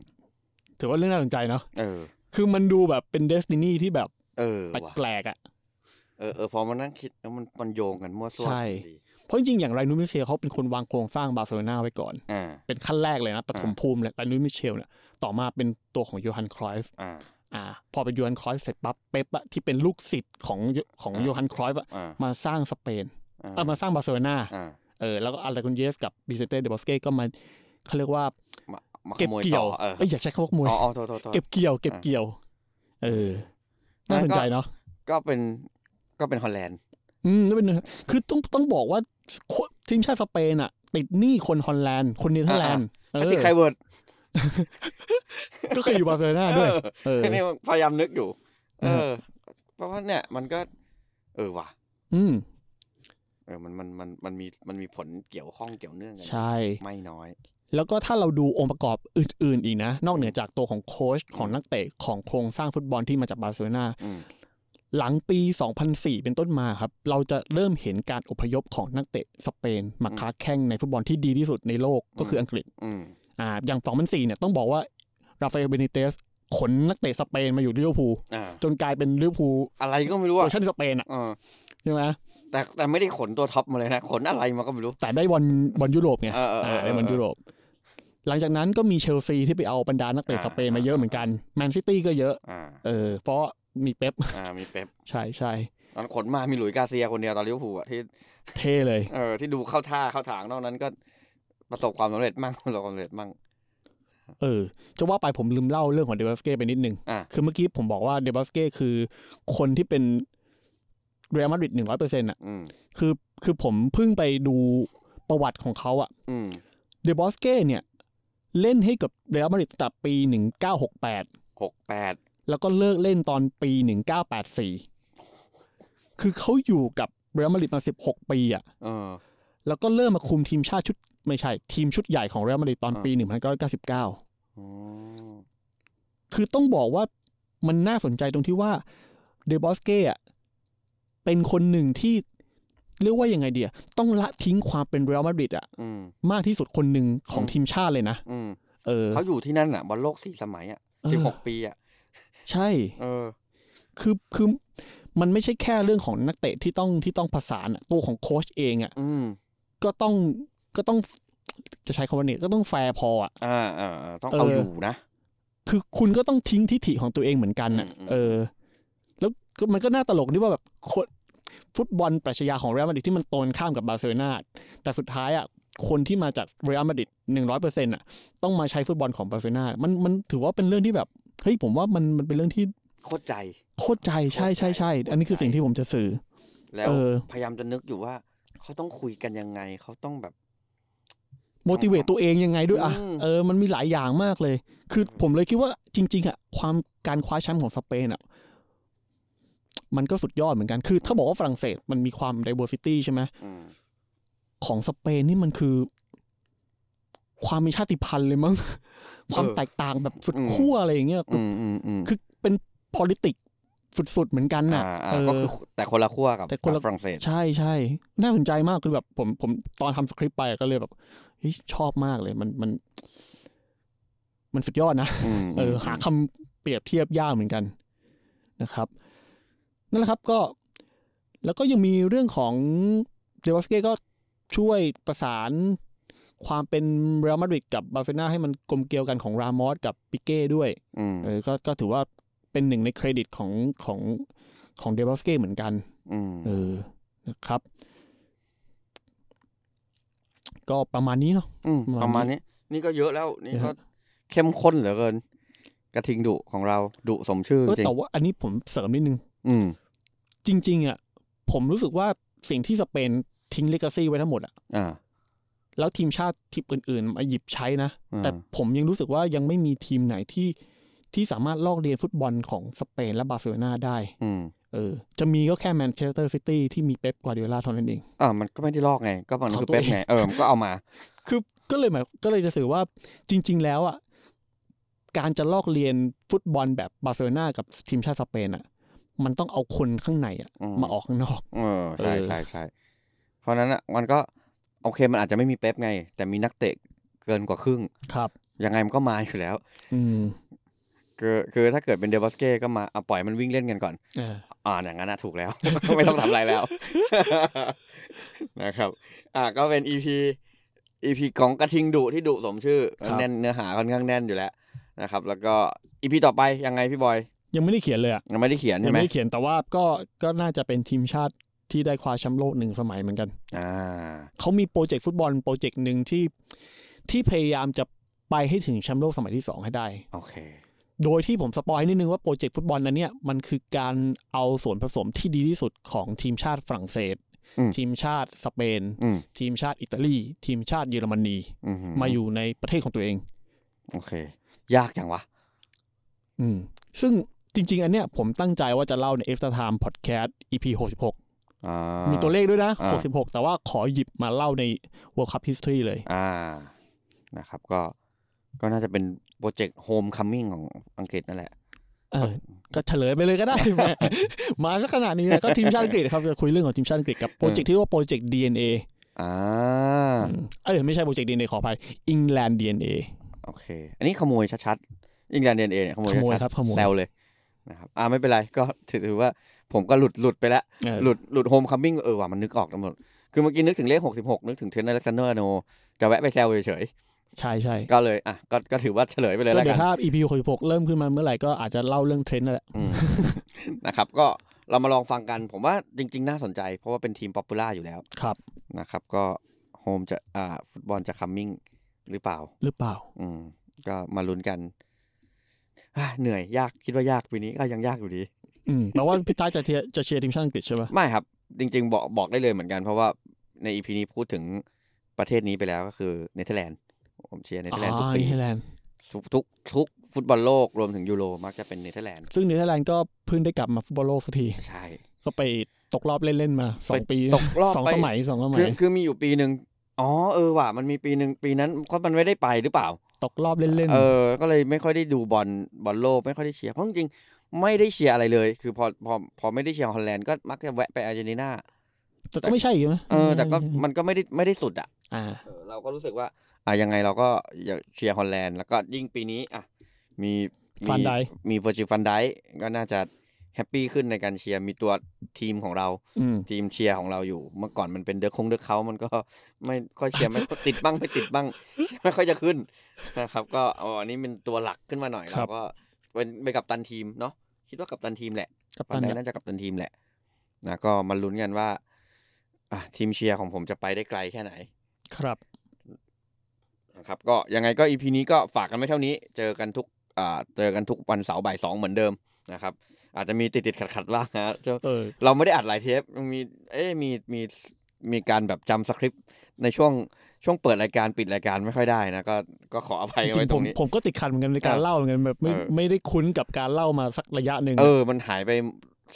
Speaker 4: ถือว่าเรื่องน่าสนใจเนาะ
Speaker 3: เออ
Speaker 4: คือมันดูแบบเป็นเดสตินีที่แบบ
Speaker 3: เออ
Speaker 4: แ
Speaker 3: ว่ะ
Speaker 4: ปลกๆอ่ะ
Speaker 3: เออเออพอมานั่งคิดแล้วมันมันโยงกันมั่วซั่ว
Speaker 4: ใช่
Speaker 3: ดี
Speaker 4: เพราะจริงๆอย่างไรนุสมิเชลเขาเป็นคนวางโครงสร้างบาร์เซโลนาไว้ก่อน
Speaker 3: อ่า
Speaker 4: เป็นขั้นแรกเลยนะปฐมภูมิเลยลานุยมิเชลเนี่ยต่อมาเป็นตัวของโยฮันครอยฟ์
Speaker 3: อ่า
Speaker 4: อ่า พอเป็นยูฮันครอยฟ์เสร็จปั๊บเป๊ปอะที่เป็นลูกศิษย์ของของ
Speaker 3: อ่า
Speaker 4: ยูฮันครอยฟ์อะ
Speaker 3: อ่า
Speaker 4: มาสร้างสเปน
Speaker 3: อ่า
Speaker 4: เออมาสร้างบาร์เซโลนา
Speaker 3: อ่า
Speaker 4: เออแล้วก็อาร์เตคุนเยสกับบิเซเต้เดบอสเก้ก็มาเขาเรียกว่า
Speaker 3: มามาข
Speaker 4: เก็บ
Speaker 3: โมย
Speaker 4: เกี่ย
Speaker 3: ต่
Speaker 4: ว
Speaker 3: อเออ
Speaker 4: เอ้ยอยากใช้คำว่าขโมย
Speaker 3: อ๋ออ๋อโทษโทษโทษ
Speaker 4: เก็บเกี่ยวเก็บเกี่ยว เออ น่าสนใจเนาะ
Speaker 3: ก็เป็นก็เป็นฮอลแลนด์
Speaker 4: อืมแล้วเป็นคือต้องต้องบอกว่าคนทีมชาติสเปนอะติดหนี้คนฮอลแลนด์ คนเนเธอร์แลนด์เออ
Speaker 3: ที่ใครเวิร์ด
Speaker 4: ก็เคยอยู่บาร์เซโลนาด้วย เออ
Speaker 3: นี่พยายามนึกอยู่ เอ
Speaker 4: นะฮะ
Speaker 3: อ เพราะว่าเนี่ยมันก็ เออว่ะ
Speaker 4: อืม
Speaker 3: เออมันมันมันมันมีมันมีผลเกี่ยวข้องเกี่ยวเนื่องกั
Speaker 4: ใช่
Speaker 3: ไม่น้อย
Speaker 4: แล้วก็ถ้าเราดูองค์ประกอบอื่น ๆ อีกนะ นอกเหนือจากตัวของโค้ชของนักเตะของโครงสร้างฟุตบอลที่มาจากบาร์เซโลนา
Speaker 3: อืม
Speaker 4: หลังปี 2004 เป็นต้นมาครับ เราจะเริ่มเห็นการอพยพของนักเตะสเปน มาค้าแข่งในฟุตบอลที่ดีที่สุดในโลกก็คืออังกฤษ
Speaker 3: อืม
Speaker 4: อ่าอย่าง2004เนี่ยต้องบอกว่าราฟาเอลเบนิเตสขนนักเตะสเปนมาอยู่ลิเวอร์พูล
Speaker 3: อ่า
Speaker 4: จนกลายเป็นลิเวอร์พูล
Speaker 3: อะไรก็ไม่รู้
Speaker 4: เวอ
Speaker 3: อ่ะ
Speaker 4: ร์ชันสเปนอ่ะ
Speaker 3: เออ
Speaker 4: ใช่ไหม
Speaker 3: แต่แต่ไม่ได้ขนตัวท็อปมาเลยนะ ขนอะไรมาก็ไม่รู้
Speaker 4: แต่ได้บอลบอลยุโรปไง
Speaker 3: เออเออเออ
Speaker 4: ได้บอลยุโรป หลังจากนั้นก็มีเชลซีที่ไปเอาบรรดานักเตะสเปนมาเยอะเหมือนกันแมนซิตี้ก็เยอะ
Speaker 3: อ่า
Speaker 4: เออเพราะมีเป๊ [laughs] ป
Speaker 3: อ่ามีเป๊ป
Speaker 4: ใช่ใช่
Speaker 3: ตอนขนมามีหลุยส์กาเซียคนเดียวตอนลิเวอร์พูลอ่ะที่
Speaker 4: เท่เลย
Speaker 3: เออที่ดูเข้าท่าเข้าทางนอกนั้นก็ประสบความสำเร็จมั่ง [laughs] ประสบความสำเร็จมั่ง
Speaker 4: เออ จะว่าไปผมลืมเล่าเรื่องของเดบัสเก้ไปนิดนึง
Speaker 3: อ่า
Speaker 4: คือเมื่อกี้ผมบอกว่าเดบัสเก้คือคนที่เป็นเรอัลมาดริดหนึ่งร้อยเปอร์เซ็นต์อ่ะ
Speaker 3: อืม
Speaker 4: คือคือผมเพิ่งไปดูประวัติของเขาอ่ะ
Speaker 3: อืม
Speaker 4: เดบอสเก้เนี่ย เล่นให้กับเรอัลมาดริดตั้งแต่ปี 1968
Speaker 3: หกแปด
Speaker 4: แล้วก็เลิกเล่นตอนปี 1984 คือเขาอยู่กับเรอัลมาดริดมา 16 ปีอะ
Speaker 3: เออ
Speaker 4: แล้วก็เริ่มมาคุมทีมชาติชุด ไม่ใช่ ทีมชุดใหญ่ของเรอัลมาดริดตอนปี 1999
Speaker 3: อ๋อ
Speaker 4: คือต้องบอกว่ามันน่าสนใจตรงที่ว่าเดบอสเก้อะเป็นคนหนึ่งที่เรียกว่ายังไงเดียต้องละทิ้งความเป็นเรอัลมาดริดอะ
Speaker 3: อืม
Speaker 4: มากที่สุดคนหนึ่งของ
Speaker 3: อืม
Speaker 4: ทีมชาติเลยนะ
Speaker 3: อืม
Speaker 4: เออ
Speaker 3: เขาอยู่ที่นั่นอ่ะบอลโลกสี่สมัยอ่ะ
Speaker 4: เออ
Speaker 3: สิบหกปีอ่ะ
Speaker 4: ใช่
Speaker 3: เออ
Speaker 4: คือคือมันไม่ใช่แค่เรื่องของนักเตะที่ต้องที่ต้องผสานอะตัวของโค้ชเองอ่ะ
Speaker 3: อืม
Speaker 4: ก็ต้องก็ต้องจะใช้คำว่าเนี่ยก็ต้องแฟร์พออ่ะ
Speaker 3: อ่าอ่าอ่าต้อง
Speaker 4: เออ
Speaker 3: เอาอยู่นะ
Speaker 4: คือคุณก็ต้องทิ้งทิฐิของตัวเองเหมือนกันอ่ะ
Speaker 3: อืมอืม
Speaker 4: เออ แล้วก็มันก็น่าตลกที่ว่าแบบคนฟุตบอลปรัชญาของเรอัลมาดริดที่มันตรงข้ามกับบาร์เซโลนาแต่สุดท้ายอ่ะคนที่มาจากเรอัลมาดริดหนึ่งร้อยเปอร์เซ็นต์อ่ะต้องมาใช้ฟุตบอลของบาร์เซโลนามันมันถือว่าเป็นเรื่องที่แบบเฮ้ยผมว่ามันมันเป็นเรื่องที่
Speaker 3: โคตรใจ
Speaker 4: โคตรใจใช่ใช่ใช่อันนี้คือสิ่งที่ผมจะสื่อ
Speaker 3: แล้ว
Speaker 4: เออ
Speaker 3: พยายามจะนึกอยู่ว่า เขาต้องคุยกันยังไง เขาต้องแบบ
Speaker 4: โมดิเวตตัวเองยังไงด้วยอ่ะ
Speaker 3: อืม
Speaker 4: เออมันมีหลายอย่างมากเลย คือผมเลยคิดว่าจริง ๆอ่ะความการคว้าแชมป์ของสเปนอ่ะมันก็สุดยอดเหมือนกัน คือ ถ้าบอกว่าฝรั่งเศสมันมีความ diversity ใช่ไหม
Speaker 3: อืม
Speaker 4: ของสเปนนี่มันคือ ความมีชาติพันธุ์เลยมั้ง [laughs] ความแตกต่างแบบสุดขั้วอะไรอย่างเงี้ย
Speaker 3: อืมอืมอืม
Speaker 4: คือเป็น politics สุดๆเหมือนกันน่ะ
Speaker 3: อ่าอ่า
Speaker 4: เออ
Speaker 3: ก็คือแต่คนละขั้วกับ
Speaker 4: แต่คน
Speaker 3: กั
Speaker 4: ละ
Speaker 3: บฝรั่งเศส
Speaker 4: ใช่ใช่น่าสนใจมากคือแบบผมผมตอนทำสคริปต์ไปก็เลยแบบเฮ้ยชอบมากเลย มันมัน มันสุดยอดนะ
Speaker 3: ม
Speaker 4: เออ
Speaker 3: ม
Speaker 4: หาคำเปรียบเทียบยากเหมือนกันนะครับ นั่นแหละครับก็ แล้วก็ยังมีเรื่องของเดวัสเก้ก็ช่วยประสานความเป็นเรอัลมาดริดกับบาร์เซโลนาให้มันกลมเกลียวกันของรามอสกับปิเก้ด้วย
Speaker 3: อืม
Speaker 4: เออก็ก็ถือว่าเป็นหนึ่งในเครดิตของของของเดวัสเก้เหมือนกัน
Speaker 3: อืม
Speaker 4: เออ นะครับ ก็ประมาณนี้เนาะ
Speaker 3: ม
Speaker 4: ป
Speaker 3: ประระ
Speaker 4: มาณ
Speaker 3: มาณนี้ นี่ก็เยอะแล้ว นี่ก็เข้มข้นเหลือเกิน กระทิงดุของเราดุสมชื่อ
Speaker 4: เออ
Speaker 3: จริง
Speaker 4: แต่ว่าอันนี้ผมเสริมนิดนึง
Speaker 3: อืม
Speaker 4: จริง ๆ อ่ะ ผมรู้สึกว่าสิ่งที่สเปนทิ้งเลกาซีไว้ทั้งหมดอ่ะ
Speaker 3: อ่า
Speaker 4: แล้วทีมชาติทีมอื่น ๆ มาหยิบใช้นะ
Speaker 3: อ่า
Speaker 4: แต่ผมยังรู้สึกว่ายังไม่มีทีมไหนที่ที่สามารถลอกเรียนฟุตบอลของสเปนและบาร์เซโลนาได้
Speaker 3: อืม
Speaker 4: เออ จะมีก็แค่แมนเชสเตอร์ซิตี้ที่มีเป๊ปกวาร์ดิโอลาเท่านั้นเอง
Speaker 3: อ่ามันก็ไม่ได้ลอกไง ก็มัน
Speaker 4: ของ
Speaker 3: คือ
Speaker 4: ตัว
Speaker 3: เป๊ป
Speaker 4: เอง
Speaker 3: ไง เออมันก็เอามา
Speaker 4: คือก็เลยหมายก็เลยจะสื่อว่าจริง ๆ แล้วอ่ะการจะลอกเรียนฟุตบอลแบบบาร์เซโลนากับทีมชาติสเปนอ่ะ มันต้องเอาคนข้างในอ่ะ
Speaker 3: อืม
Speaker 4: มาออกข้างนอก
Speaker 3: เออใช่
Speaker 4: เออ
Speaker 3: ใช่ใช่เพราะฉะนั้นอ่ะมันก็โอเคมันอาจจะไม่มีเป๊ปไง แต่มีนักเตะเกินกว่าครึ่ง
Speaker 4: ครับ
Speaker 3: ยังไงมันก็มาอยู่แล้ว
Speaker 4: อืม
Speaker 3: คือคือถ้าเกิดเป็นเดวัสเก้ก็มาเอาปล่อยมันวิ่งเล่นกันก่อน
Speaker 4: เออ
Speaker 3: อ่าอย่างนั้นนะถูกแล้ว [laughs] ไม่ต้องทำอะไรแล้ว [laughs] นะครับ อ่าก็เป็นอีพีอีพีของกระทิงดุที่ดุสมชื่อแน่นเนื้อหาค่อนข้างแน่นอยู่แล้วนะครับ แล้วก็อีพีต่อไปยังไงพี่บอย
Speaker 4: ยังไม่ได้เขียนเลยอะ
Speaker 3: ยังไม่ได้เขียน
Speaker 4: ยั
Speaker 3: ใช่ไหม
Speaker 4: ไม่ได้เขียนแต่ว่าก็ก็น่าจะเป็นทีมชาติที่ได้คว้าแชมป์โลกหนึ่งสมัยเหมือนกัน
Speaker 3: อ่า
Speaker 4: เขามีโปรเจกต์ฟุตบอลโปรเจกต์หนึ่งที่ที่พยายามจะไปให้ถึงแชมป์โลกสมัยที่สองให้ได้
Speaker 3: โอเค
Speaker 4: โดยที่ผมสปอยนิดนึงว่าโปรเจกต์ฟุตบอลนั้นเนี่ยมันคือการเอาส่วนผสมที่ดีที่สุดของทีมชาติฝรั่งเศส
Speaker 3: อืม
Speaker 4: ทีมชาติสเปน
Speaker 3: อืม
Speaker 4: ทีมชาติอิตาลี ทีมชาติเยอรมนี
Speaker 3: อืหื
Speaker 4: มาอยู่ในประเทศของตัวเอง
Speaker 3: โอเค ยากจังวะ
Speaker 4: อืมซึ่งจริง ๆ อันเนี้ยผมตั้งใจว่าจะเล่าใน After Time Podcast EP 66
Speaker 3: อ่า
Speaker 4: มีตัวเลขด้วยนะ
Speaker 3: อ่า
Speaker 4: 66 แต่ว่าขอหยิบมาเล่าใน World Cup History เลย
Speaker 3: อ่า นะครับ ก็ ก็น่าจะเป็นโปรเจกต์โฮมคัมมิ่งของอังกฤษนั่นแหละ
Speaker 4: เออ ก็เฉลยไปเลย
Speaker 3: [laughs]
Speaker 4: ก็ได้ แหมมาสักขนาดนี้นะก็ทีมชาติอังกฤษนะครับจะคุยเรื่องของทีมชาติอังกฤษกับโปรเจกต์ที่เรียกว่าโปรเจกต์ DNA
Speaker 3: อ่า
Speaker 4: อืมเออไม่ใช่โปรเจกต์ DNA ขออภัย England DNA
Speaker 3: โอเค อันนี้ขโมยชัดๆอิงแลนด์เดนเอเนี่ยขโมย
Speaker 4: ขโมย
Speaker 3: ชัดๆ
Speaker 4: ครับขโมย
Speaker 3: แซวเลย นะครับ อ่า ไม่เป็นไร ก็ถือว่า ผมก็หลุดหลุดไปแล้ว
Speaker 4: เออ
Speaker 3: หลุดหลุดโฮมคัมมิ่งเออว่ะมันนึกออกทั้งหมด คือเมื่อกี้นึกถึงเลข 66 นึกถึงเทรนด์อเล็กซานเดอร์อาร์โนจะแวะไปแซวเฉย
Speaker 4: ใช่ใช่
Speaker 3: ๆก็เลยอ่ะก็ก็ถือว่าเฉลยไปเลย
Speaker 4: ก็
Speaker 3: แล้ว
Speaker 4: เดี๋
Speaker 3: กัน
Speaker 4: ยวถ้า EP 66 เริ่มขึ้นมาเมื่อไหร่ก็อาจจะเล่าเรื่องเทรนด์นั่นแหละ
Speaker 3: อืม นะครับ ก็เรามาลองฟังกัน ผมว่าจริง ๆ น่าสนใจ เพราะว่าเป็นทีมป๊อปปูล่าอยู่แล้ว
Speaker 4: ครับ
Speaker 3: นะครับ ก็โฮมจะอ่าฟุตบอลจะคัมมิ่งหรือเปล่า
Speaker 4: หรือเปล่า
Speaker 3: อืม ก็มาลุ้นกันอ่ะเหนื่อยยากคิดว่ายากปีนี้ก็ยังยากอยู่ดี
Speaker 4: อืมแปลว่าพี่ต้าจะเชียร์จะเชียร์ทีมชาติอังกฤษใช่ปะ
Speaker 3: ไม่ครับ จริง ๆ บอกบอกได้เลยเหมือนกัน เพราะว่าในอีพีนี้พูดถึงประเทศนี้ไปแล้วก็คือเนเธอร์แลนด์ผมเชียร์เนเธอร์แลนด์ทุก
Speaker 4: อ่า
Speaker 3: ปี
Speaker 4: เนเธอร์แลนด์
Speaker 3: ทุกทุกทุกฟุตบอลโลกรวมถึงยูโรมักจะเป็นเนเธอร์แลนด์
Speaker 4: ซึ่งเนเธอร์แลนด์ก็เพิ่งได้กลับมาฟุตบอลโลกสักที
Speaker 3: ใช่
Speaker 4: ก็ไปตกรอบเล่น ๆ มาสอ
Speaker 3: ไป
Speaker 4: งปี
Speaker 3: ตกรอบ
Speaker 4: สอง
Speaker 3: ไป
Speaker 4: สมัยสองสมั
Speaker 3: คื
Speaker 4: ย
Speaker 3: อคือมีอยู่ปีหนึ่งอ๋อเออว่ะมันมีปีหนึ่งปีนั้นก็มันไม่ได้ไปหรือเปล่า
Speaker 4: ตกรอบเล่น
Speaker 3: เออ ก็เลยไม่ค่อยได้ดูบอลบอลโลกไม่ค่อยได้เชียร์เพราะจริงๆไม่ได้เชียร์อะไรเลย คือพอพอพอไม่ได้เชียร์ฮอลแลนด์ก็มักจะแวะไปอาร์เจนตินา
Speaker 4: ๆ แต่ก็ไม่ใช่ใช่ไหม
Speaker 3: เออแต่ก็มันก็ไม่ได้ไม่ได้สุดอ่ะ
Speaker 4: อ่า
Speaker 3: เออเราก็รู้สึกว่า อ่ะยังไงเราก็อยากเชียร์ฮอลแลนด์แล้วก็ยิ่งปีนี้อ่ะมีมี
Speaker 4: Van Dijk
Speaker 3: มีเวอร์จิฟันไดก็น่าจะแฮปปี้ขึ้นในการเชียร์มีตัวทีมของเรา
Speaker 4: อืม
Speaker 3: ทีมเชียร์ของเราอยู่ เมื่อก่อนมันเป็นเดอะคงเดอะเขามันก็ ไม่ค่อยเชียร์ไม่ ติดบ้างไม่ติดบ้าง ไม่ค่อยจะขึ้นนะครับ ก็เอาอันนี้เป็นตัวหลักขึ้นมาหน่อย
Speaker 4: ครั
Speaker 3: เรา
Speaker 4: บ
Speaker 3: ก็เป็นเป็นกัปตันทีมเนาะคิดว่ากัปตันทีมแหละ
Speaker 4: กับ
Speaker 3: ฟั
Speaker 4: ตั
Speaker 3: น
Speaker 4: น
Speaker 3: ได้
Speaker 4: เนี่ย
Speaker 3: น่าจะกับตันทีมแหละนะก็มาลุ้นกันว่าอ่ะทีมเชียร์ของผมจะไปได้ไกลแค่ไหน
Speaker 4: ครับ
Speaker 3: นะครับ ก็ยังไงก็อีพีนี้ก็ฝากกันไม่เท่านี้ เจอกันทุกอ่าเจอกันทุกวันเสาร์บ่ายสองเหมือนเดิมนะครับ อาจจะมีติดติดขัดขัดๆบ้างนะเจ้า
Speaker 4: เออ
Speaker 3: เราไม่ได้อัดหลายเทปมันมีเอ๊ะมีมีมีการแบบจำสคริปต์ในช่วงช่วงเปิดรายการปิดรายการไม่ค่อยได้นะก็ก็ขออภัย
Speaker 4: จ
Speaker 3: กัน
Speaker 4: ริ
Speaker 3: ไว้
Speaker 4: ง
Speaker 3: ต
Speaker 4: ๆผ
Speaker 3: ร
Speaker 4: ม
Speaker 3: งนี้
Speaker 4: ผมก็ติดขัดเหมือนกันในการ
Speaker 3: เออ
Speaker 4: เล่าเหมือนกันแบบไม่
Speaker 3: เออ
Speaker 4: ไม่ได้คุ้นกับการเล่ามาสักระยะหนึ่ง
Speaker 3: เออ มันหายไป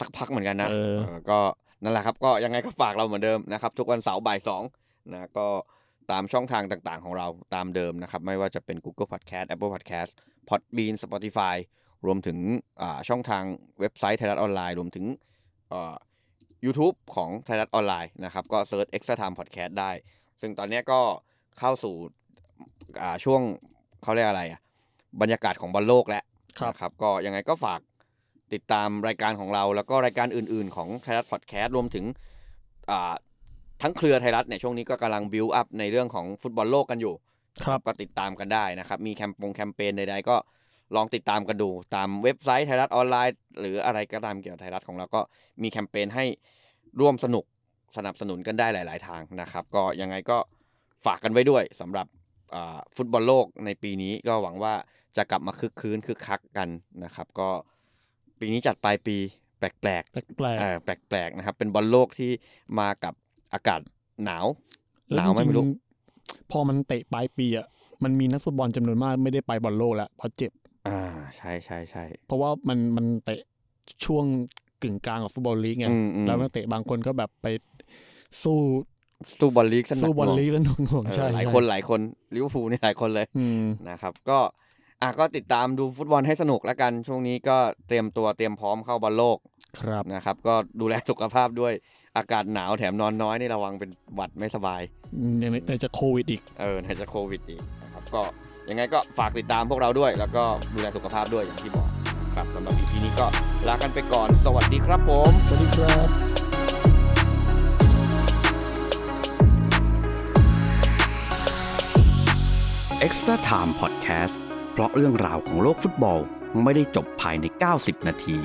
Speaker 3: สักพักเหมือนกันนะ
Speaker 4: เออ
Speaker 3: เออก็นั่นแหละครับ ก็ยังไงก็ฝากเราเหมือนเดิมนะครับ ทุกวันเสาร์บ่ายสองนะก็ตามช่องทางต่างๆของเราตามเดิมนะครับ ไม่ว่าจะเป็น Google Podcast Apple Podcast Podbean Spotify รวมถึงอ่าช่องทางเว็บไซต์ไทยรัฐออนไลน์ รวมถึงอ่า YouTube ของไทยรัฐออนไลน์นะครับ ก็เซิร์ช Extra Time Podcast ได้ ซึ่งตอนเนี้ยก็เข้าสู่อ่าช่วงเขาเรียกอะไรอะบรรยากาศของบอลโลกแล้ว
Speaker 4: ครับ
Speaker 3: นะครับก็ยังไงก็ฝากติดตามรายการของเรา แล้วก็รายการอื่น ๆ ของไทยรัฐพอดแคสต์รวมถึงอ่าทั้งเครือไทยรัฐเนี่ยช่วงนี้ก็กำลังบิวอัพในเรื่องของฟุตบอลโลกกันอยู่
Speaker 4: ครับ
Speaker 3: ก็ติดตามกันได้นะครับ มีแคมปงแคมเปญใดๆก็ลองติดตามกันดู ตามเว็บไซต์ไทยรัฐออนไลน์ หรืออะไรก็ตามเกี่ยวกับไทยรัฐของเราก็มีแคมเปญให้ร่วมสนุกสนับสนุนกันได้หลาย ๆ ทางนะครับ ก็ยังไงก็ฝากกันไว้ด้วยสำหรับ อ่าฟุตบอลโลกในปีนี้ก็หวังว่าจะกลับมาคึกคืนคึกคักกันนะครับ ก็ปีนี้จัดปลายปีแปลก
Speaker 4: แปล
Speaker 3: ๆ
Speaker 4: ก
Speaker 3: เออแปลกๆนะครับ เป็นบอลโลกที่มากับอากาศหนาว
Speaker 4: ๆ
Speaker 3: ห
Speaker 4: แล้ว
Speaker 3: นาวไหม
Speaker 4: จริงๆ
Speaker 3: ไม่รู้
Speaker 4: พอมันเตะปลายปีอ่ะมันมีนักฟุตบอลจำนวนมากไม่ได้ไปบอลโลกแล้วเพราะเจ็บ
Speaker 3: อ่าใช่ใช่ใช่
Speaker 4: เพราะว่ามันมันเตะช่วงกึ่งกลางของฟุตบอลลีกไง
Speaker 3: อืมอืม
Speaker 4: แล้วนักเตะบางคนก็แบบไปสู้
Speaker 3: สู้บอลลีกสนัก
Speaker 4: สู้บอล
Speaker 3: หน่วง
Speaker 4: ลีกแล้วหน่วง
Speaker 3: เอ
Speaker 4: ๆ
Speaker 3: อ
Speaker 4: ใช่
Speaker 3: หลาย
Speaker 4: ใช่
Speaker 3: คนหลายคนลิเวอร์พูลเนี่ยหลายคนเลย
Speaker 4: อืม
Speaker 3: นะครับก็อ่ะก็ติดตามดูฟุตบอลให้สนุกแล้วกัน ช่วงนี้ก็เตรียมตัวเตรียมพร้อมเข้าบอลโลก
Speaker 4: ครับ
Speaker 3: นะครับ ก็ดูแลสุขภาพด้วยอากาศหนาวแถมนอนน้อยนี่ระวังเป็นหวัดไม่สบาย
Speaker 4: ยังในจะโควิดอีก
Speaker 3: เอ [laughs] อไหนจะโควิดอีกนะครับก็ยังไงก็ฝากติดตามพวกเราด้วย แล้วก็ดูแลสุขภาพด้วยอย่างที่บอกครับสำหรับ EP นี้ก็ลากันไปก่อน สวัสดีครับผม
Speaker 4: สวัสดีครับ
Speaker 2: เอ็กซ์ตร้าไทม์พอดแคสต์เพราะเรื่องราวของโลกฟุตบอล ไม่ได้จบภายใน 90 นาที